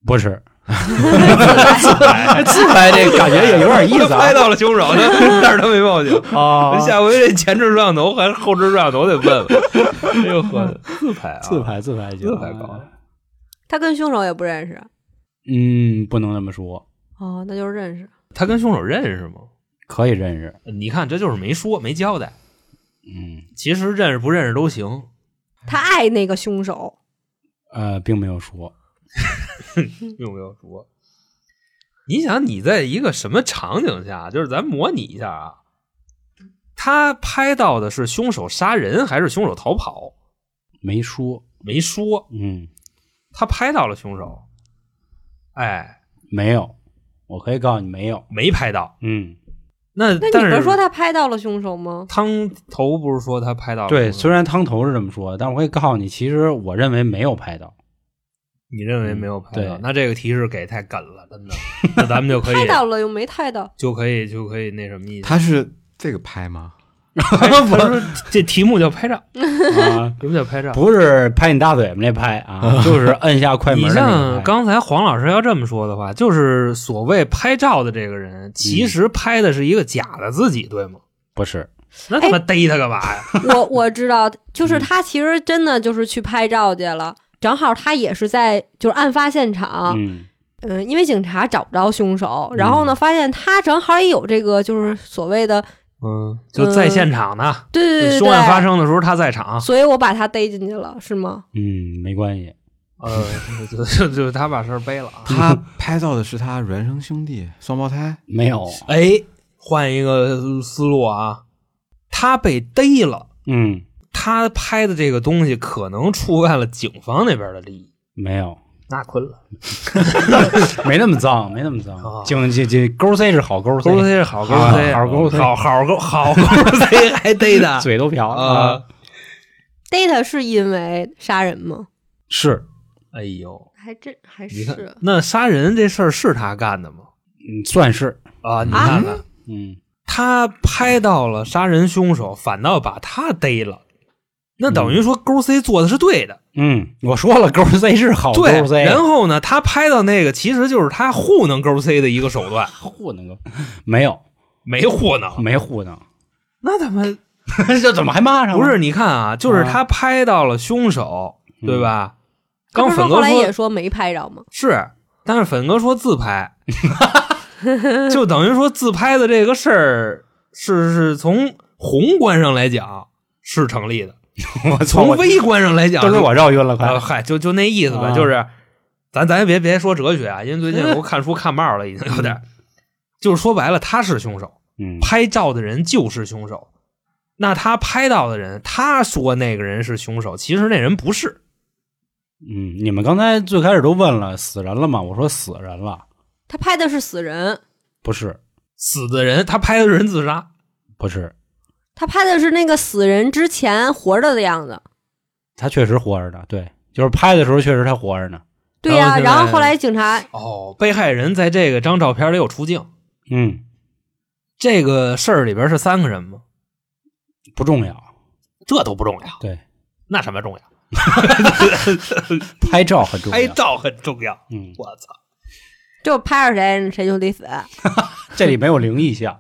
S3: 不
S4: 嗯
S3: 是，
S4: 自拍这
S3: 感觉也有点意思啊
S4: [LAUGHS] 拍到了凶手，但但是他没报警。
S3: 啊
S4: 下回这前置摄像头还是后置摄像头得问 [LAUGHS] 问。哎呦呵，自拍啊，
S3: 自拍自拍就
S4: 自拍高。
S5: 他跟凶手也不认识
S3: 嗯，不能这么说，
S5: 哦，那就是认识。
S4: 他跟凶手认识吗？
S3: 可以认识，
S4: 你看，这就是没说，没交代。
S3: 嗯，
S4: 其实认识不认识都行，
S5: 他爱那个凶手，
S3: 呃，并没有说，
S4: 并没有说。你想你在一个什么场景下？就是咱模拟一下啊，他拍到的是凶手杀人还是凶手逃跑？
S3: 没说，
S4: 没说，
S3: 嗯，
S4: 他拍到了凶手，哎，
S3: 没有，我可以告诉你没有，
S4: 没拍到。
S3: 嗯，
S4: 那
S5: 那
S4: 但
S5: 你不
S4: 是
S5: 是说他拍到了凶手吗？
S4: 汤头不是说他拍到了
S3: 对，
S4: 凶手
S3: 虽然汤头是这么说，但我可以告诉你，其实我认为没有拍 [LAUGHS] 到，
S4: 你认为没有拍
S3: 嗯
S4: 到，
S3: 对
S4: 那这个提示给太梗了，真的。那咱们就可以
S5: 拍到了又没
S4: [LAUGHS]
S5: 拍到，
S4: 就可以就可以那什么意思？
S6: 他是这个拍吗？
S4: 他说这题目叫拍照，
S3: 啊，
S4: 题目叫拍照。
S3: 不是拍你大嘴巴那拍 [LAUGHS] 啊，就是摁下快门
S4: 你
S3: 的那个
S4: 像
S3: 拍。
S4: 刚才黄老师要这么说的话，就是所谓拍照的这个人，其实拍的是一个假的自己，对吗？
S3: 不是，
S4: 那他妈逮他干嘛呀？
S5: 我我知道，就是他其实真的就是去拍照去了，正好他也是在就是案发现场，
S3: 嗯，
S5: 嗯，因为警察找不着凶手，然后呢，发现他正好也有这个就是所谓的
S4: 嗯，就在现场呢，
S5: 对嗯对对对，
S4: 凶案发，生的时候他在场，
S5: 所以我把他逮进去了，是吗？
S3: 嗯，没关系，
S4: 呃，就就就他把事儿背了啊。
S6: 他拍到的是他孪生兄弟双胞胎，
S3: 没 [LAUGHS] 有，
S4: 哎，换一个思路啊，他被逮了，
S3: 嗯，
S4: 他拍的这个东西可能触犯了警方那边的利益，
S3: 没有， [LAUGHS]
S4: 那困了。
S3: 没那么脏，没那么脏
S4: 啊。
S3: 警这这勾 C 是好哦勾 C，
S4: 勾 C 是好勾 C，
S3: 好勾 C
S4: 好好勾好勾 C 还逮
S3: [LAUGHS]
S4: 他
S3: 嘴都瓢了
S4: 啊！！
S5: 逮他是因为杀人吗？
S3: 是，
S4: 哎呦，
S5: 还真还
S4: 你看那杀人这事儿是他干的吗？
S3: 嗯，算是，
S4: 啊，你看看、
S3: 嗯，
S4: 他拍到了杀人凶手，反倒把他逮了，那等于说勾 C 做的是对的，
S3: 嗯，我说了，勾 C 是好哦勾
S4: 对。
S3: C，
S4: 然后呢，他拍到那个其实就是他糊弄勾 C 的一个手段，
S3: 糊弄个没有，
S4: 没糊弄。
S3: 没糊弄，
S4: 那他妈
S3: [LAUGHS] 这怎么还骂上了？
S4: 不是？你看啊，就是他拍到了凶手，
S3: 嗯
S4: 对吧？
S5: 他
S4: 刚
S5: 不是
S4: 粉
S5: 说
S4: 哥
S5: 后来也说没拍着吗？
S4: 是，但是粉哥说自拍，就等于说自拍的这个事儿是是从宏观上来讲是成立的。
S3: 我操
S4: 从
S3: 我
S4: 微观上来讲，
S3: 都给我绕晕了，快
S4: 啊，！嗨，就就那意思吧，
S3: 啊
S4: 就是咱咱别别说哲学啊，因为最近我看书看冒了，已经有点儿，就是说白了，他是凶手，
S3: [LAUGHS] 嗯，
S4: 拍照的人就是凶手。那他拍到的人，他说那个人是凶手，其实那人不是。
S3: 嗯，你们刚才最开始都问了死人了吗？我说死人了，
S5: 他拍的是死人，
S3: 不是，
S4: 死的人，他拍的人自杀，
S3: 不是，
S5: 他拍的是那个死人之前活着的样子。
S3: 他确实活着呢。对，就是拍的时候确实他活着呢。
S5: 对呀、
S4: 然后现在
S5: 然后后来警察
S4: 哦，被害人在这个张照片里有出镜。
S3: 嗯，
S4: 这个事儿里边是三个人吗？
S3: 不重要，
S4: 这都不重要，
S3: 对，
S4: 那什么重要？
S3: 拍照很重要。
S4: 拍照很重要。
S3: 嗯，
S4: 我操！
S5: 就拍着谁谁就得死，
S3: 这里没有灵异项，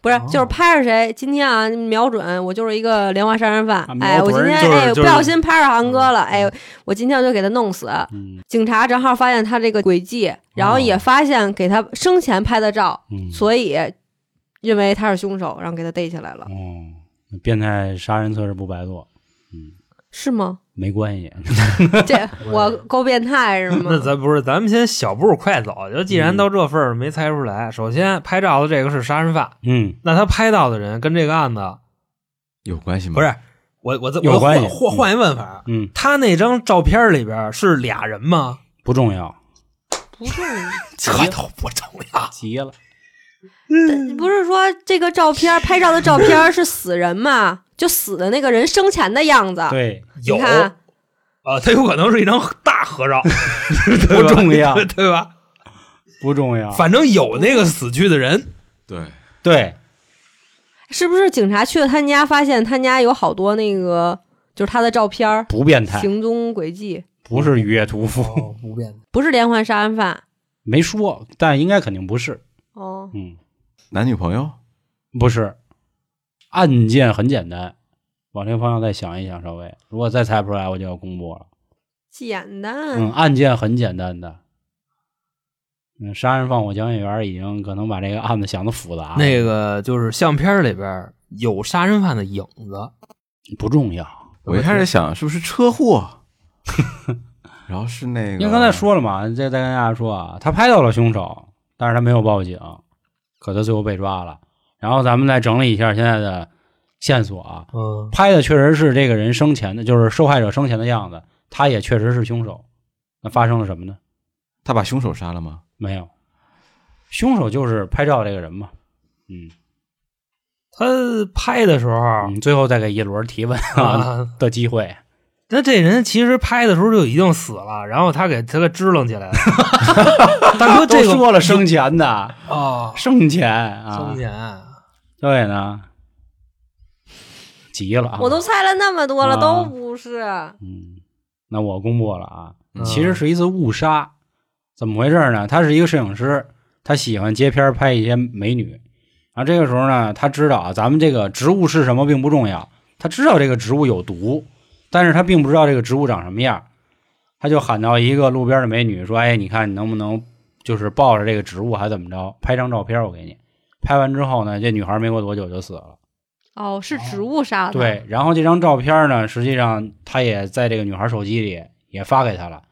S5: 不是、
S4: 哦
S5: 就是拍着谁。今天啊，瞄准我就是一个连环杀人犯，
S3: 啊
S5: 哎，
S3: 瞄
S5: 我
S3: 准
S5: 今天、
S4: 就是
S5: 哎
S4: 就是嗯
S5: 不小心拍着航哥了，哎，我今天我就给他弄死。
S3: 嗯
S5: 警察正好发现他这个轨迹，然
S4: 哦
S5: 后也发现给他生前拍的照，
S3: 嗯，
S5: 所以认为他是凶手，然后给他逮起来
S4: 嗯
S5: 了，
S3: 哦，变态杀人测试不白做，
S5: 是吗？
S3: 没关系。
S5: 这我够变态是
S4: [LAUGHS] 那
S5: 吗？
S4: 咱不是，咱们先小步快走。就既然到这份儿没猜出来，首先拍照的这个是杀人犯，
S3: 嗯，
S4: 那他拍到的人跟这个案子
S6: 有关系吗？
S4: 不是我我这
S3: 有
S4: 我
S3: 关
S4: 换
S3: 系
S4: 换
S3: 嗯
S4: 换一问法，
S3: 嗯，
S4: 他那张照片里边是俩人吗？
S3: 不重要，
S5: 不是，
S4: 这都不重要。
S3: 急了。
S5: 不是说这个照片拍照的照片是死人嘛？就死的那个人生前的样子，
S3: 对，
S4: 有
S5: 你看
S4: 啊，他有可能是一张大合照，
S3: [LAUGHS] 不重 [LAUGHS] 要，
S4: [LAUGHS]
S3: 啊
S4: 对吧？
S3: 不重要。
S4: 反正有那个死去的人，
S6: 对，
S3: 对，
S5: 是不是？警察去了他家，发现他家有好多那个就是他的照片儿、
S3: 不变态，
S5: 行踪轨迹，
S3: 不是愉悦屠夫，
S4: 不变
S5: 不是连环杀人犯
S3: 没说，但应该肯定不是。
S5: 哦。
S3: 嗯，
S6: 男女朋友
S3: 不是。案件很简单，往这个方向再想一想，稍微，如果再猜不出来，我就要公布了。
S5: 简单，
S3: 嗯，案件很简单的。嗯，杀人放火讲解员已经可能把这个案子想的复杂了，
S4: 那个就是相片里边有杀人犯的影子，
S3: 不重要。
S6: 我一开始想是不是
S3: [LAUGHS]
S6: 车祸，然后是那个，
S3: 因为刚才说了嘛，再再跟大家说啊，他拍到了凶手，但是他没有报警，可他最后被抓了。然后咱们再整理一下现在的线索啊，
S4: 嗯，
S3: 拍的确实是这个人生前的，就是受害者生前的样子，他也确实是凶手。那发生了什么呢？
S6: 他把凶手杀了吗？
S3: 没有，凶手就是拍照这个人嘛。嗯，
S4: 他拍的时候
S3: 嗯最后再给一轮提问啊
S4: 啊，
S3: 的机会，
S4: 那这人其实拍的时候就已经死了，然后他给他给支棱起来了。 [LAUGHS] 大哥，
S3: 都
S4: 这个
S3: 说了生前的，
S4: 啊，
S3: 生前哦啊，
S4: 生前
S3: 小伟呢？急了啊！
S5: 我都猜了那么多了，
S3: 啊
S5: 都不是。
S3: 嗯，那我公布了啊，
S4: 嗯
S3: 其实是一次误杀。怎么回事呢？他是一个摄影师，他喜欢接片儿拍一些美女。然后这个时候呢，他知道啊，咱们这个植物是什么并不重要，他知道这个植物有毒，但是他并不知道这个植物长什么样。他就喊到一个路边的美女说：“哎，你看你能不能就是抱着这个植物还怎么着，拍张照片我给你。”拍完之后呢，这女孩没过多久就死了。
S5: 哦，是植物杀
S3: 啊
S5: 的。，
S3: 对，然后这张照片呢，实际上他也在这个女孩手机里也发给他了。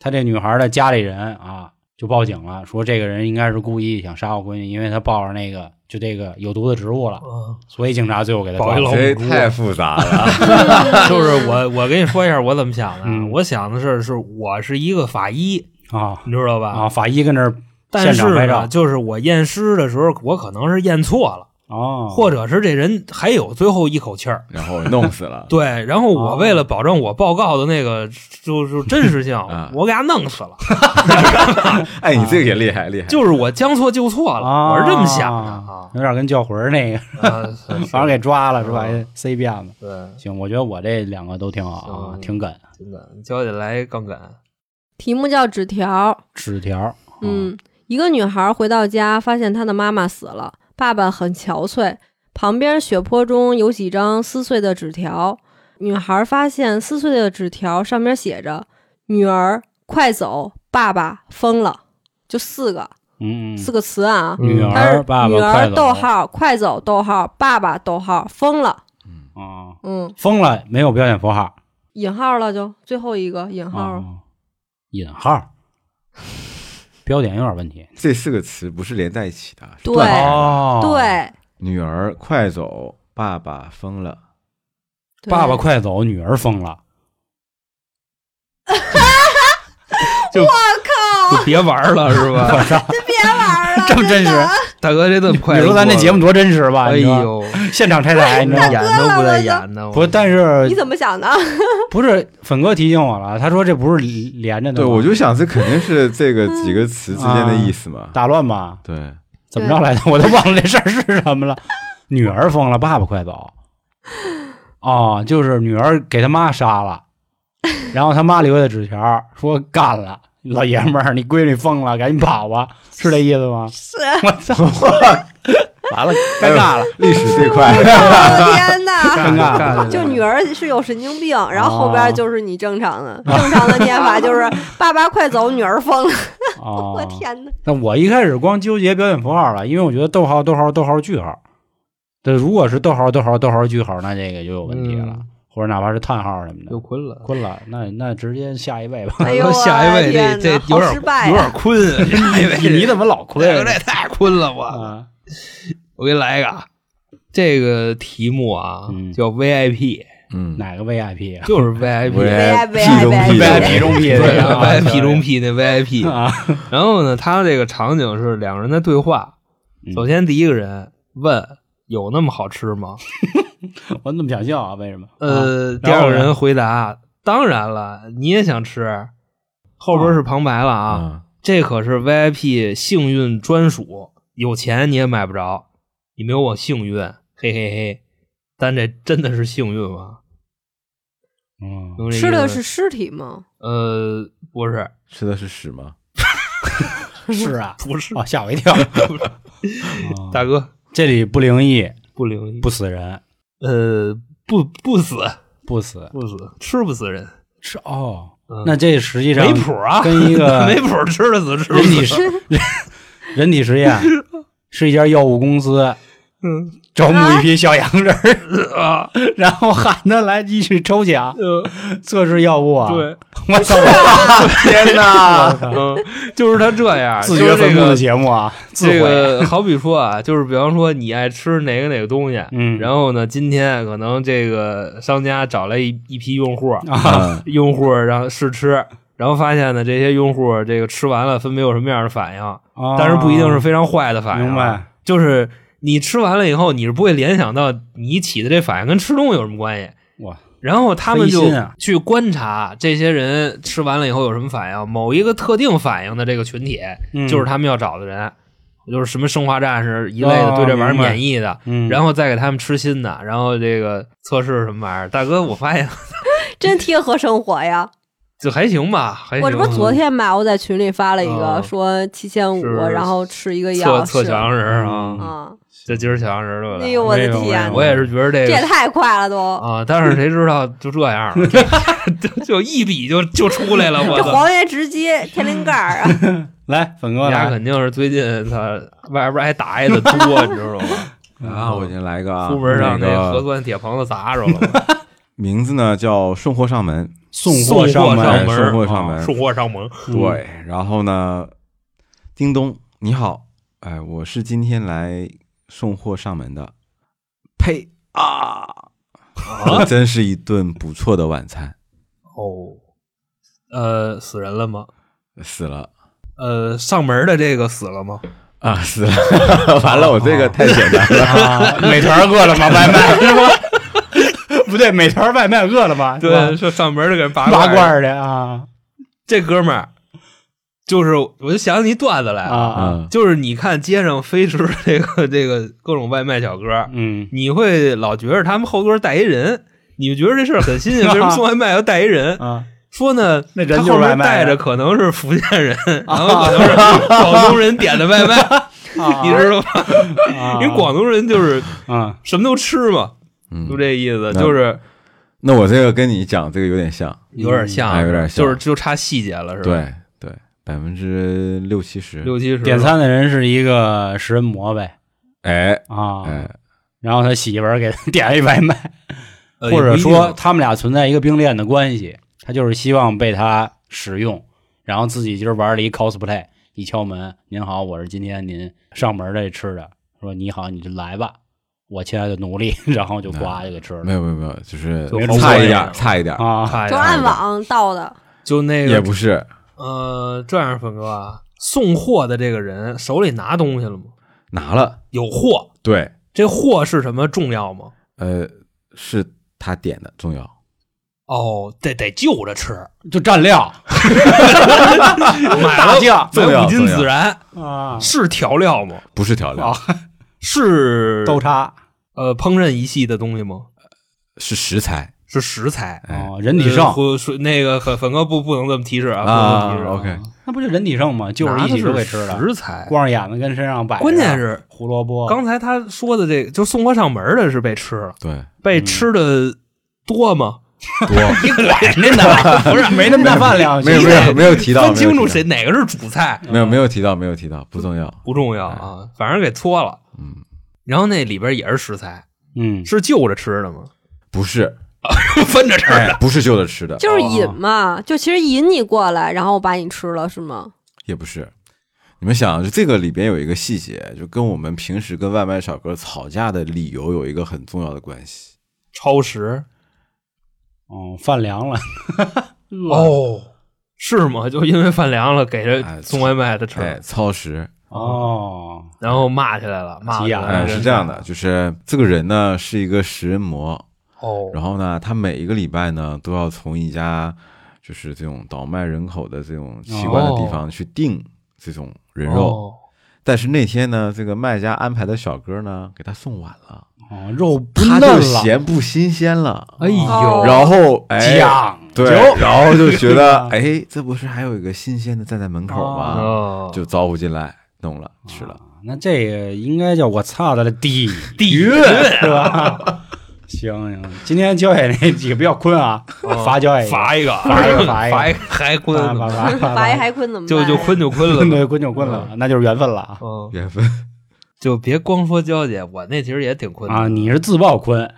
S3: 他这女孩的家里人啊，就报警了，说这个人应该是故意想杀我闺女，因为他抱着那个就这个有毒的植物了，
S4: 啊，
S3: 所以警察最后给他抓
S4: 保
S3: 了
S4: 育。老
S6: 这
S4: 母猪
S6: 太复杂了。
S4: 就是我，我跟你说一下我怎么想的啊。
S3: 嗯
S4: 我想的是，是我是一个法医，
S3: 啊
S4: 你知道吧？
S3: 啊！法医跟那儿
S4: 但
S3: 现场
S4: 是
S3: 拍
S4: 呢，
S3: 照
S4: 就是我验尸的时候，我可能是验错了，
S3: 哦，
S4: 或者是这人还有最后一口气儿。
S6: [LAUGHS] 然后弄
S3: [LAUGHS]
S6: 死了，
S4: 对，然后我
S3: 哦
S4: 为了保证我报告的那个就是真实性
S6: 啊，
S4: 我给他弄死了。
S6: 哎，你这个也厉害厉害，
S4: 就是我将错就错了，
S3: 啊，
S4: 我是这么想的啊。
S3: 有点跟叫魂儿那
S4: [LAUGHS]
S3: 个，
S4: 啊是是
S3: 哦 [LAUGHS] 反正给抓了是吧哎
S4: 嗯？
S3: 塞辫子。
S4: 对，
S3: 行，我觉得我这两个都挺好啊，
S4: 行
S3: 挺梗。
S4: 真的，你交起来更敢。
S5: 题目叫纸条。
S3: 纸条，
S5: 嗯，一个女孩回到家，发现她的妈妈死了，爸爸很憔悴，旁边血泊中有几张撕碎的纸条。女孩发现撕碎的纸条上面写着：“女儿，快走，爸爸疯了。”就四个、
S3: 嗯，嗯
S5: 四个词啊，
S3: 女
S5: 她
S3: 儿
S5: 是
S3: 爸爸
S5: 女
S3: 快
S5: 儿
S3: 走
S5: 逗号快走逗号爸爸逗号疯了。
S3: 啊，
S5: 嗯，
S3: 疯了没有标点符号
S5: 引号了就最后一个引号，
S3: 啊，引号，标点有点问题。
S6: 这四个词不是连在一起的。
S5: 对
S3: 哦，，
S5: 对，
S6: 女儿快走，爸爸疯了，
S5: 对
S3: 爸爸快走，女儿疯了。
S5: 啊
S4: 就别 [LAUGHS] 玩了是吧？
S3: 我操，
S5: 别
S3: [LAUGHS]
S5: 玩了，
S3: 这么真实
S5: 真的，
S4: 大哥这顿快，
S3: 你说咱这节目，多真实吧？
S4: 哎
S3: 你知道吗，
S4: 呦，
S3: 现场拆台，你知道吗？
S4: 演都不带演的，
S3: 不，但
S5: 你
S3: 是
S5: 怎么想的？
S3: 不是粉哥提醒我了，他说这不是连着的
S6: 对
S3: 吗，
S6: 我就想这肯定是这个几个词之间
S3: 嗯
S6: 的意思嘛。
S3: 打乱吧？
S6: 对，
S3: 怎么着来着？我都忘了这事儿是什么了。女儿疯了，爸爸快走。哦，就是女儿给他妈杀了，然后他妈留下的纸条说干了。老爷们儿，你闺女疯了，赶紧跑吧，是这意思吗？
S5: 是，
S3: 我操！完了，尴尬了，
S6: 哎历史
S3: [LAUGHS]
S6: 最快。 [LAUGHS]
S5: 我哦天哪！
S3: 尴尬
S1: 啊
S3: 了。
S4: 干
S5: 就女儿是有神经病，然后后
S3: 哦
S5: 边就是你正常的、正常的念法，就是
S4: 哦
S5: 爸爸快走，女儿疯了。
S3: 哦，
S5: 我天哪！
S3: 那我一开始光纠结标点符号了，因为我觉得逗号、逗号、逗号、句号，这如果是逗号、逗号、逗号、句号，那这个就有问题了，
S4: 嗯
S3: 或者哪怕是叹号什么
S4: 又
S3: 的，
S4: 困了。
S3: 困了，那那直接下一
S4: [LAUGHS]
S3: 位吧。
S5: 哎呦，
S4: 大哥下一位这
S5: 我的天
S4: 这
S5: 哪
S4: 有
S5: 好失
S4: 点
S5: 败啊
S4: 有
S5: 呀
S4: 点！ [LAUGHS] 困，下一位
S3: 你你怎么老
S4: 这
S3: 困
S4: 个这太困了我，
S3: 啊？
S4: 我给你来一个啊，这个题目啊
S3: 嗯
S4: 叫 VIP，
S6: 嗯，
S3: 哪个 VIP 啊？
S4: 就是 VIP，
S6: 也
S5: VIP
S6: 屁中
S3: [LAUGHS]
S6: 屁
S3: VIP 中 P
S4: 对
S3: 啊
S4: ，VIP 中 P 那 VIP，
S3: 啊，
S4: 然后呢，他这个场景是两个人在对话。
S3: 嗯
S4: 首先，第一个人问：“有那么好吃吗
S3: 我怎么想笑啊？为什么？？” [LAUGHS] 啊，
S4: 呃，第
S3: 然后
S4: 二个
S3: 呢
S4: 人回答：“当然了，你也想吃。”后边是旁白了
S3: 嗯
S4: 啊，
S6: 啊，
S4: 这可是 VIP 幸运专属，有钱你也买不着，你没有我幸运，嘿嘿嘿。但这真的是幸运吗？
S3: 嗯，
S4: 能这意思
S5: 吃的是尸体吗？
S4: 呃，不是，
S6: 吃的是屎吗？
S3: 是啊，
S4: 不
S3: [LAUGHS]
S4: 是，
S3: 哦，吓我一跳。
S4: [LAUGHS] 大
S3: 哥，
S4: 哥
S3: 这里不灵异，
S4: 不灵异，
S3: 不死人，
S4: 呃，不不死，
S3: 不死
S4: 不死，吃不死人，
S3: 是哦。
S4: 嗯
S3: 那这实际上
S4: 没谱啊，
S3: 跟一个
S4: [LAUGHS] 没谱，吃的死，吃不
S3: 人体
S4: 死。
S3: 实 [LAUGHS] 人体实
S4: [LAUGHS]
S3: 验是一家药物公司
S4: 嗯
S3: 招募一批小洋人儿，
S4: [LAUGHS] 啊，
S3: 然后喊他来继续抽奖
S4: 呃，
S3: 测试药物啊。，
S4: 对，啊
S3: 我操！ [LAUGHS] 天 [LAUGHS] 哪！
S4: 嗯，就是他这样，
S3: 自
S4: 就
S3: 掘
S4: 是这
S3: 坟墓
S4: 个
S3: 的节目啊，自
S4: [LAUGHS] 这
S3: 毁。 [LAUGHS]
S4: 个好比说啊，就是比方说你爱吃哪个哪个东西，
S3: 嗯
S4: 然后呢，今天可能这个商家找来一一批用户，
S6: 啊，
S4: 用户让试吃，然后发现呢，这些用户这个吃完了分别有什么样的反应，
S3: 啊
S4: 但是不一定是非常坏的反应，
S3: 哦
S4: 啊
S3: 明白？
S4: 就是你吃完了以后，你是不会联想到你起的这反应跟吃东西有什么关系。
S3: 哇！
S4: 然后他们
S3: 黑
S4: 就
S3: 心啊
S4: 去观察这些人吃完了以后有什么反应，某一个特定反应的这个群体，
S3: 嗯
S4: 就是他们要找的人，就是什么生化战士一类
S3: 哦
S4: 的，对这玩意儿
S3: 明白
S4: 免疫的，
S3: 嗯，
S4: 然后再给他们吃新的，然后这个测试什么玩意儿。大哥，我发现 [LAUGHS]
S5: 真贴合生活呀！
S4: 就还行吧，还行。
S5: 我这不昨天吧，我在群里发了一个
S4: 嗯
S5: 说七千五，
S4: 是
S5: 然后吃一个药
S4: 测测
S5: 是
S4: 小羊人儿
S3: 嗯
S4: 啊，
S5: 啊！
S4: 这今儿小羊人儿对
S5: 哎
S4: 吧？
S5: 呦我的
S3: 没有没有
S5: 天
S4: 我
S5: 哪，
S4: 也是觉得这
S5: 这
S4: 个
S5: 也太快了都！
S4: 啊，但是谁知道就这样了，就就一笔就就出来了，我
S5: 这
S4: 操！
S5: 黄爷直接天灵盖儿
S4: 哎
S5: 啊！
S3: 来粉哥
S4: 人家
S3: 来
S4: 肯定是最近他外边挨打挨的多，你知道 [LAUGHS] 吗？
S6: 啊，我先来一个啊，
S4: 出门让
S6: 那
S4: 那核
S6: 个
S4: 酸铁棚子砸着了，
S6: 名字呢叫送货上门，
S3: 送
S4: 货
S3: 货
S4: [LAUGHS]
S3: 上
S4: 门，
S3: 门。
S6: 送货上门
S4: 啊送货上门，
S3: 嗯
S6: 对，然后呢，叮咚，你好，哎，我是今天来送货上门的。呸啊！这真是一顿不错的晚餐。
S4: 哦，呃，死人了吗？
S6: 死了
S4: 呃，上门的这个死了吗？
S6: 啊，死了！ [LAUGHS] 完了，我这个太简单了。
S3: 啊，美团饿了吗？外卖是吧？
S4: [LAUGHS]
S3: 不对，美团外卖饿了吗？是吧
S4: 对，说上门的给人拔
S3: 拔罐
S4: 罐儿，
S3: 儿的啊
S4: 这哥们儿就是，我就想起一段子来
S3: 啊
S4: 了，
S3: 啊，
S6: 嗯，
S4: 就是你看街上飞驰这个这个各种外卖小哥，
S3: 嗯，
S4: 你会老觉着他们后座带一人，你就觉得这事儿很
S3: [LAUGHS]
S4: 新鲜，为什么送外卖要带一人？
S3: 啊，
S4: 说呢，
S3: 那人
S4: 他
S3: 就是
S4: 后
S3: 外
S4: 面
S3: 卖啊
S4: 带着可能是福建
S3: [LAUGHS]
S4: 人，然后可能是广东人点的外卖， [LAUGHS] 你知道吗？
S3: 啊
S4: 因为广东人就是
S3: 啊，
S4: 什么都吃嘛，
S6: 嗯
S4: 就这意思，
S6: 那
S4: 就是
S6: 那我这个跟你讲，这个有点像。
S4: 有点像，啊
S6: 还有点像
S4: 就是就差细节了，是吧？，
S6: 对对，百分之六七十。
S4: 六七十
S3: 点，餐的人是一个食人魔呗
S6: 哎
S3: 啊，
S6: 哎，
S3: 然后他媳妇儿给他点了一外卖，
S4: 呃
S3: 或者
S4: 也不
S3: 说
S4: 一定
S3: 他们俩存在一个并列的关系，他就是希望被他使用，然后自己就是玩了一 cosplay，一敲门，您好，我是今天您上门这吃的，说你好，你就来吧，我亲爱的奴隶， [LAUGHS] 然后就呱就给吃
S4: 哎
S6: 没
S3: 了
S6: 有没有没有，就是
S4: 就好
S6: 差一点
S4: 多，
S6: 差一点，
S3: 啊，
S4: 哎呀
S5: [LAUGHS] 就是按网到的，
S4: 就那个
S6: 也不是
S4: 呃，这样，粉哥啊，送货的这个人手里拿东西了吗？
S6: 拿了，
S4: 有货，
S6: 对，
S4: 这货是什么重要吗？
S6: 呃，是他点的重要，
S4: 哦，得得就着吃，
S3: 就蘸料
S4: 买
S3: 大
S4: 了
S3: 酱
S6: 重
S4: 买
S6: 要
S4: 五斤
S6: 重要
S4: 孜然
S3: 啊，
S4: 是调料吗？
S6: 不是调料，
S3: 啊
S4: 是
S3: 刀叉
S4: 呃烹饪一系的东西吗？
S6: 是食材，
S4: 是食材。
S6: 哎
S3: 哦，人体
S4: 呃
S3: 盛，
S4: 或说那个粉粉哥不不能这么提示啊，不能这么提示
S6: 啊
S4: 啊。
S6: ，OK，
S3: 那不就人体盛吗？就是一起都
S4: 拿的
S3: 给
S4: 是
S3: 吃哦的，
S4: 食材。
S3: 光着眼睛跟身上摆着，哦
S4: 关键是
S3: 胡萝卜，
S4: 刚才他说的这个，就送货上门的是被吃了，
S6: 对，
S4: 被
S3: 嗯
S4: 吃的多吗？ [LAUGHS]
S6: 多
S4: 管着
S3: [LAUGHS]
S4: 呢，不是
S3: 没那么大饭量，
S6: 没有没有没有提到，
S4: 啊分清
S6: 没有
S4: 楚
S6: 提
S4: 谁
S6: 到
S4: 哪个是主菜，
S6: 没有没有提到没有提到，不重要，
S4: 不重要啊，
S3: 哎
S4: 反正给搓了。
S6: 嗯，
S4: 然后那里边也是食材，
S3: 嗯，
S4: 是就着吃的吗？
S6: 不是，
S4: 分着吃
S6: 哎，不是就着吃的，
S4: 哦
S5: 就是引嘛，就其实引你过来，然后我把你吃了，是吗？
S6: 也不是。你们想，就这个里边有一个细节，就跟我们平时跟外卖小哥吵架的理由有一个很重要的关系。
S4: 超时
S3: 哦，饭凉了， [LAUGHS]
S4: 哦，是吗？就因为饭凉了，给
S6: 哎
S4: 这送外卖的吃，
S6: 哎，超时，
S3: 哦，
S4: 然后骂起来了，骂起来了
S6: 哎，是这样的，就是这个人呢是一个食人魔，
S4: 哦，
S6: 然后呢，他每一个礼拜呢都要从一家就是这种倒卖人口的这种奇怪的地方去订这种人肉，
S4: 哦
S6: 但是那天呢，这个卖家安排的小哥呢给他送晚了，
S3: 哦，肉不
S6: 他
S3: 嫩
S6: 就
S3: 了，
S6: 嫌不新鲜了，
S4: 哎呦
S5: 哦，
S6: 然后哎。
S3: 讲究
S6: 对，然后就觉得，哎，这不是还有一个新鲜的站在门口吗？
S4: 哦
S6: 就招呼进来，弄了吃了。
S3: 那这个应该叫我操他的地
S4: [LAUGHS] 地狱
S3: 狱是吧？ [LAUGHS] 行行，今天交给那几个比较困啊，罚交给
S4: 哦罚一个，
S3: 罚一
S4: [LAUGHS]
S3: 个罚一个
S4: 罚
S3: 罚
S4: 一个，还
S3: 罚
S4: 困，
S5: [LAUGHS]
S3: 罚罚
S4: [LAUGHS]
S5: 白还坤怎么办
S4: 啊就
S5: 呀
S4: 就困就困了
S3: 困 [LAUGHS]
S4: 嘛。
S3: 对，困就困了，那就是缘分了啊
S4: 嗯，
S6: 缘分， [LAUGHS]
S4: 就别光说娇姐，我那其实也挺困的
S3: 啊！你是自曝坤，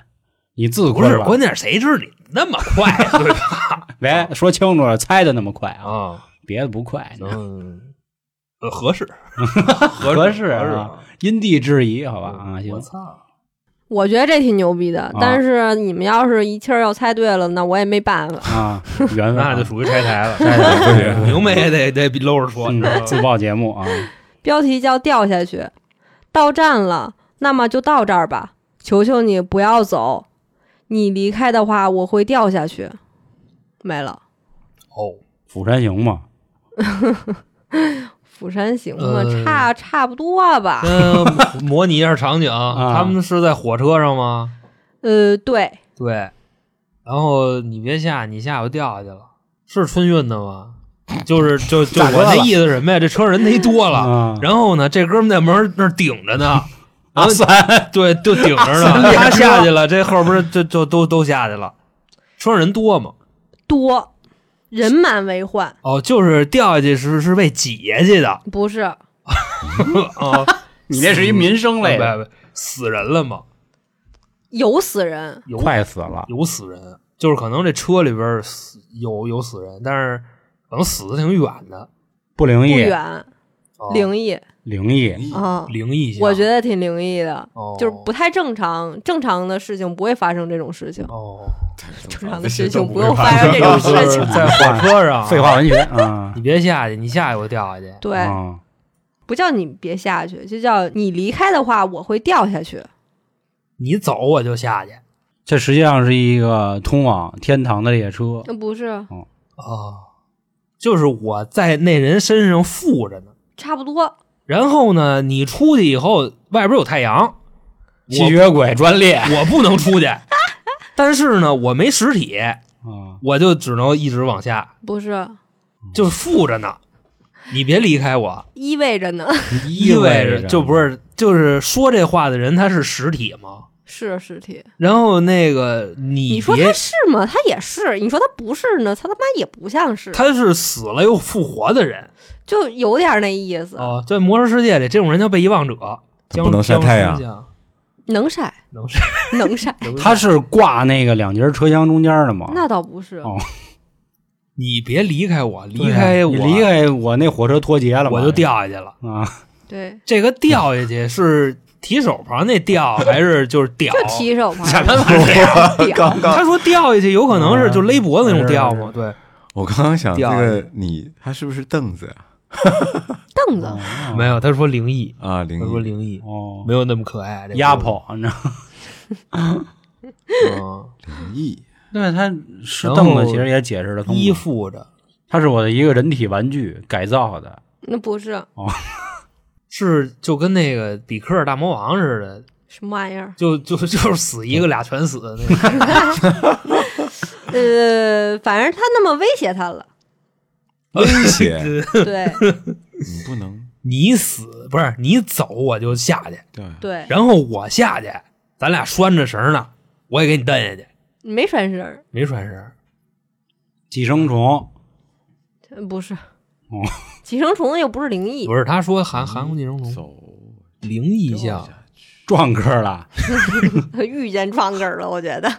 S3: 你自
S4: 不
S3: 困
S4: 是，
S3: 了，
S4: 关键是谁知道你那么快， [LAUGHS] 对吧？
S3: 喂，说清楚了，猜的那么快啊，
S4: 啊，
S3: 别的不快，
S4: 嗯，呃，合适，
S3: 合
S4: 合
S3: 适啊
S4: 合适
S3: 因地制宜，好吧啊，行
S4: 嗯我，操，
S5: 我觉得这挺牛逼
S4: 啊
S5: 的，但是你们要是一气儿要猜对了，那我也没办法。
S3: 啊，缘分啊
S4: [LAUGHS] 那就属于拆台了，
S3: 拆台
S4: [LAUGHS]
S3: 了
S4: 明白也得得比搂着说，你知道
S3: 嗯
S4: 吗
S3: 自曝节目啊，
S5: 标题叫掉下去，到站了，那么就到这儿吧。求求你不要走，你离开的话我会掉下去。没了，
S4: [LAUGHS] 哦，
S3: 《釜山行》嘛，
S5: 《釜山行》嘛，
S4: 呃
S5: 差差不多吧。
S4: 嗯，模拟一下场景，他们是在火车上吗？
S5: 呃，对，
S4: 对，然后你别下，你下我掉下去了，是春运的吗？就是就就
S3: 咋
S4: 我
S3: 了
S4: 那意思是什么呀？这车上人忒多了，
S3: 啊，
S4: [LAUGHS] 然后呢，这哥们在门儿那儿顶着呢，然后
S3: 三，
S4: 对，就顶着呢。他下去了，这后边儿就就都都下去了。车上人多吗？
S5: 多，人满为患，
S4: 哦，就是掉下去是是被挤下去的啊
S5: 不是
S4: 哦，
S3: 你这是一民生类的，
S4: 明白了死人了吗？
S5: 有死人，
S4: 有
S3: 快死了，
S4: 有死人，就是可能这车里边儿死有有死人，但是可能死的挺远的，
S3: 不灵
S5: 不
S3: 异，
S5: 远，
S4: 哦
S5: 灵异
S3: 灵异，
S5: 啊，
S4: 灵异一下。
S5: 我觉得挺灵异的，
S4: 哦
S5: 就是不太正常，正常的事情不会发生这种事情，
S4: 哦，
S5: 正常的事情不用发生这
S3: [LAUGHS]
S5: 种
S4: 就
S5: [LAUGHS] 事
S4: 是
S5: 情。
S4: 在火车上，啊
S3: 废，话文学啊，
S4: 你别下去，你下去我掉下去。
S5: [LAUGHS] 对，
S3: 啊
S5: 不叫你别下去，就叫你离开的话，我会掉下去。
S4: 你走我就下去
S3: 这实际上是一个通往天堂的列车，
S5: 那不是
S4: 哦，就是我在那人身上附着呢。
S5: 差不多，
S4: 然后呢，你出去以后，外边有太阳，
S3: 吸血鬼专列
S4: 我不能出
S5: [LAUGHS]
S4: 去。但是呢，我没实体，
S3: 啊，
S4: 我就只能一直往下，
S5: 不是
S4: 就是附着呢。你别离开我，
S5: 依偎着呢，
S4: 意味着
S3: 着
S4: 就不是就是说这话的人他是实体吗？
S5: [LAUGHS] 是尸体。
S4: 然后那个你
S5: 你说
S4: 别
S5: 他是吗？他也是。你说他不是呢？他他妈也不像是，
S4: 他是死了又复活的人哦
S5: 就有点那意思。
S4: 哦，在魔兽世界里，这种人叫被遗忘者，
S6: 他不能晒太阳
S4: 僵尸将
S5: 能晒
S4: 能晒
S5: 能 [LAUGHS] 晒，
S3: 它是挂那个两节车厢中间的吗？
S5: 那倒不是
S3: 哦
S4: 你别离开我，离
S3: 对啊
S4: 开我，
S3: 你离开我那火车脱节了嘛，
S4: 我就掉下去了。
S3: 啊！
S5: 对，
S4: 这个掉下去是提手旁那掉，还是就是屌？
S5: [LAUGHS] 就提手旁。
S4: 什么玩意儿？
S5: [LAUGHS] 屌
S6: 刚刚
S4: 他说掉下去有可能是就勒脖子那种掉嘛？对，
S6: 我刚刚想这
S4: 掉下
S6: 个你他是不是凳子呀？
S5: 凳子，
S4: 没有，他说灵异，
S6: 啊，灵
S4: 他说
S6: 异
S4: 灵异，
S3: 哦，
S4: 没有那么可爱。这个
S3: 压，迫，你知道吗？
S4: 嗯，
S6: 灵
S4: [LAUGHS]
S6: 异，
S3: 对，它是
S4: 然
S3: 凳
S4: 后
S3: 子，其实也解释得通嘛。
S4: 依附着
S3: 它是我的一个人体玩具改造的，
S5: 那不是
S4: 是就跟那个比克尔大魔王似的，
S5: 什么玩意儿？
S4: 就就就是死一个俩全死的那个。
S5: [LAUGHS] 呃，反正他那么威胁他了，
S4: 哦
S6: 威胁
S5: 对
S6: 你不能
S4: [LAUGHS] 你死不是你走我就下去，
S6: 对
S5: 对，
S4: 然后我下去，咱俩拴着绳呢，我也给你蹬下去，
S5: 没拴绳儿，
S4: 没拴绳。
S3: 寄生虫。
S5: 呃不是
S3: 哦。
S5: 寄生虫又不是灵异
S4: 不，是，他说韩韩国寄生虫
S6: 走
S4: 灵异像，
S3: 撞科了，
S5: 遇见撞根儿了，我觉得。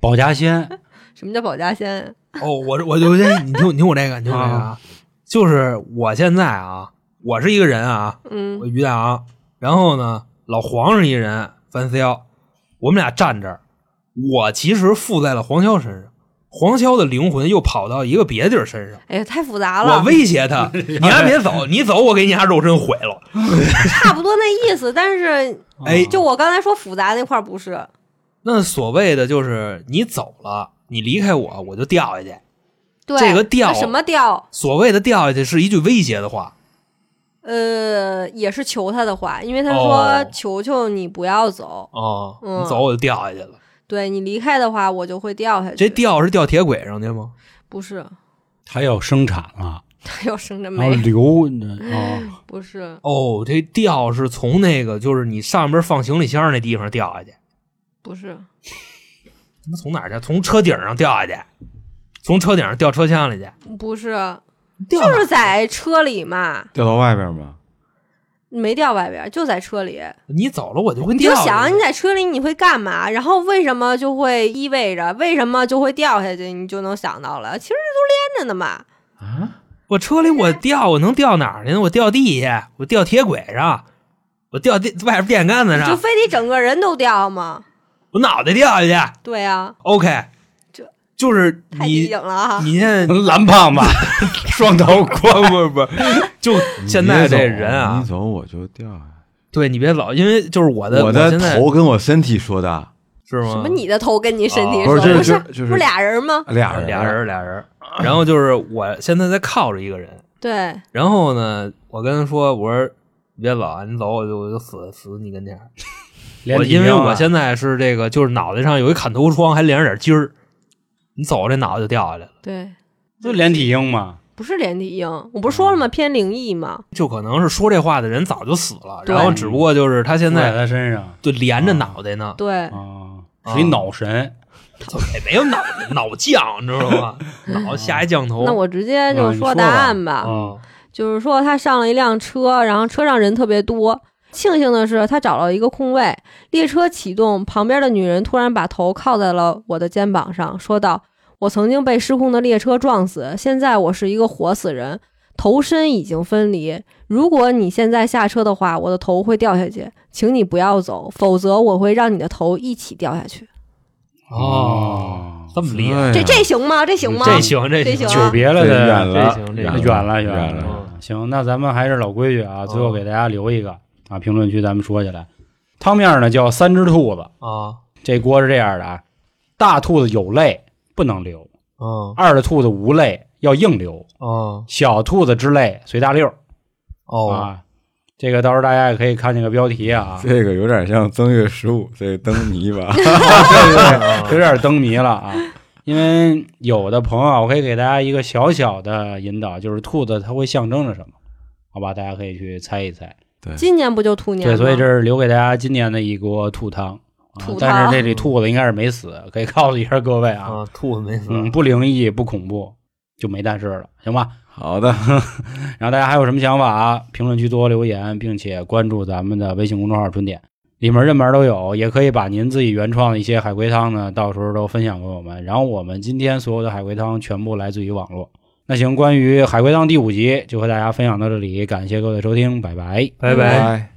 S3: 保家仙，
S5: 什么叫保家仙？
S4: 哦，我我就先你听我你听我这个，你听我这个啊，就是我现在啊，我是一个人啊，
S5: 嗯
S4: 我于大昂，然后呢，老黄是一人，樊四幺，我们俩站这儿，我其实附在了黄潇身上，黄潇的灵魂又跑到一个别地儿身上。
S5: 哎呀，太复杂
S4: 我
S5: 了，
S4: 威胁他，你还别走，你走我给你家肉身毁了。
S5: 差不多那意思。但是，
S4: 哎，
S5: 就我刚才说复杂那块儿不是，
S4: 那所谓的就是你走了，你离开我，我就掉下去。
S5: 对，
S4: 这个调
S5: 那什么调？
S4: 所谓的掉下去是一句威胁的话，
S5: 呃，也是求他的话，因为他说、
S4: 哦
S5: 求求你不要走，
S4: 哦，
S5: 嗯
S4: 你走我就掉下去了。
S5: 对你离开的话，我就会掉下去。
S4: 这掉是掉铁轨上去吗？
S5: 不是， [LAUGHS]
S3: 它要生产了，
S5: 他又生着
S3: 然后
S5: 没，
S3: 流哦，
S5: 不是，
S4: 哦，这掉是从那个就是你上边放行李箱那地方掉下去。
S5: 不是，
S4: 他妈从哪儿去？从车顶上掉下去，从车顶上掉车厢里去，
S5: 不是，
S4: 掉哪
S5: 就
S4: 儿
S5: 是在车里嘛，
S6: 掉到外边吗？
S5: 没掉外边，就在车里。
S4: 你走了我就会
S5: 你
S4: 掉
S5: 就
S4: 下去。
S5: 想你在车里你会干嘛，然后为什么就会依偎着，为什么就会掉下去，你就能想到了。其实都连着呢嘛。
S4: 我车里我掉，我能掉哪儿去呢？我掉地下，我掉铁轨上，我掉电外边电杆子
S5: 就
S4: 上，
S5: 非得整个人都掉吗？
S4: 我脑袋掉下去。
S5: 对啊，
S4: OK，
S5: [LAUGHS] 这
S4: 就是
S5: 太低
S4: 你
S5: 影了啊哈。
S4: 你现在
S3: 蓝胖子， [LAUGHS]
S4: 双头宽不不，就 [LAUGHS] 现在这人
S6: 你
S4: 啊，
S6: 走我就掉下来。
S4: 对你别老，因为就是我的
S6: 我
S4: 现
S6: 的
S4: 在
S6: 头跟我身体说的，
S4: 是吗？
S5: 什么？你的头跟你身体
S4: 嗯哦
S5: 说，
S6: 不是
S5: 不
S6: 就是是就是
S5: 不是俩人吗？
S6: 俩人
S4: 呃俩人俩人，
S6: 啊
S4: 然后就是我现在在靠着一个人，
S5: 对，
S4: 然后呢，我跟他说，我说你别走啊，你走我就我就死死你跟前儿。我
S3: 啊
S4: 因为我现在是这个，就是脑袋上有一砍头疮，还连着点筋儿，你走这脑袋就掉下来了，
S5: 对，
S3: 就连体婴嘛，
S5: 不是连体婴，我不是说了吗？偏灵异嘛。
S4: 就可能是说这话的人早就死了，
S5: 对
S4: 然后只不过就是他现
S3: 现在
S4: 在
S3: 他身上
S4: 就连着脑袋呢，
S5: 对，
S3: 啊，
S4: 啊
S3: 属于脑神，
S4: 也没有脑袋脑降，你知道吗？脑下一降头。
S5: 那我直接
S3: 啊
S5: 就
S3: 你说
S5: 答
S3: 吧
S5: 案吧。
S4: 啊，
S5: 就是说他上了一辆车，然后车上人特别多。庆幸的是，他找了一个空位。列车启动，旁边的女人突然把头靠在了我的肩膀上，说道：“我曾经被失控的列车撞死，现在我是一个活死人，头身已经分离。如果你现在下车的话，我的头会掉下去，请你不要走，否则我会让你的头一起掉下去。
S4: 哦，这么
S6: 嗯哎
S4: 厉害，
S5: 这这行吗？这行吗？
S4: 这行这
S5: 这
S4: 行
S5: 行啊
S3: 久别了
S6: 这
S3: 的
S6: 远了
S4: 这行这
S3: 那
S4: 行
S3: 远了
S6: 远
S3: 了
S6: 了。
S4: 了
S3: 行，那咱们还是老规矩啊，最后
S4: 嗯
S3: 给大家留一个啊，评论区咱们说起来。汤面呢叫三只兔子，
S4: 啊，
S3: 这锅是这样的啊，大兔子有泪不能流，
S4: 嗯
S3: 二的兔子无泪要硬流，
S4: 嗯
S3: 小兔子之泪随大溜儿
S4: 哦，
S3: 啊。这个到时候大家也可以看这个标题啊，
S6: 这个有点像正月十五这个灯
S4: [LAUGHS]
S6: 谜吧？
S3: [LAUGHS] 有点灯谜了啊。因为有的朋友啊，我可以给大家一个小小的引导，就是兔子它会象征着什么，好吧？大家可以去猜一猜。
S5: 今年不就兔年
S3: 对，
S5: 吗？
S3: 所以这是留给大家今年的一锅兔汤。啊
S5: 兔汤
S3: 但是这里兔子应该是没死，可以告诉一下各位啊，
S4: 啊，兔子没死，
S3: 嗯，不灵异，不恐怖，就没但是了，行吧？
S6: 好的，
S3: 然后大家还有什么想法啊？评论区多留言，并且关注咱们的微信公众号“春点”。里面任门都有，也可以把您自己原创的一些海龟汤呢，到时候都分享给我们。然后我们今天所有的海龟汤全部来自于网络。那行，关于海龟汤第五集就和大家分享到这里，感谢各位收听，拜拜。
S4: 拜
S6: 拜。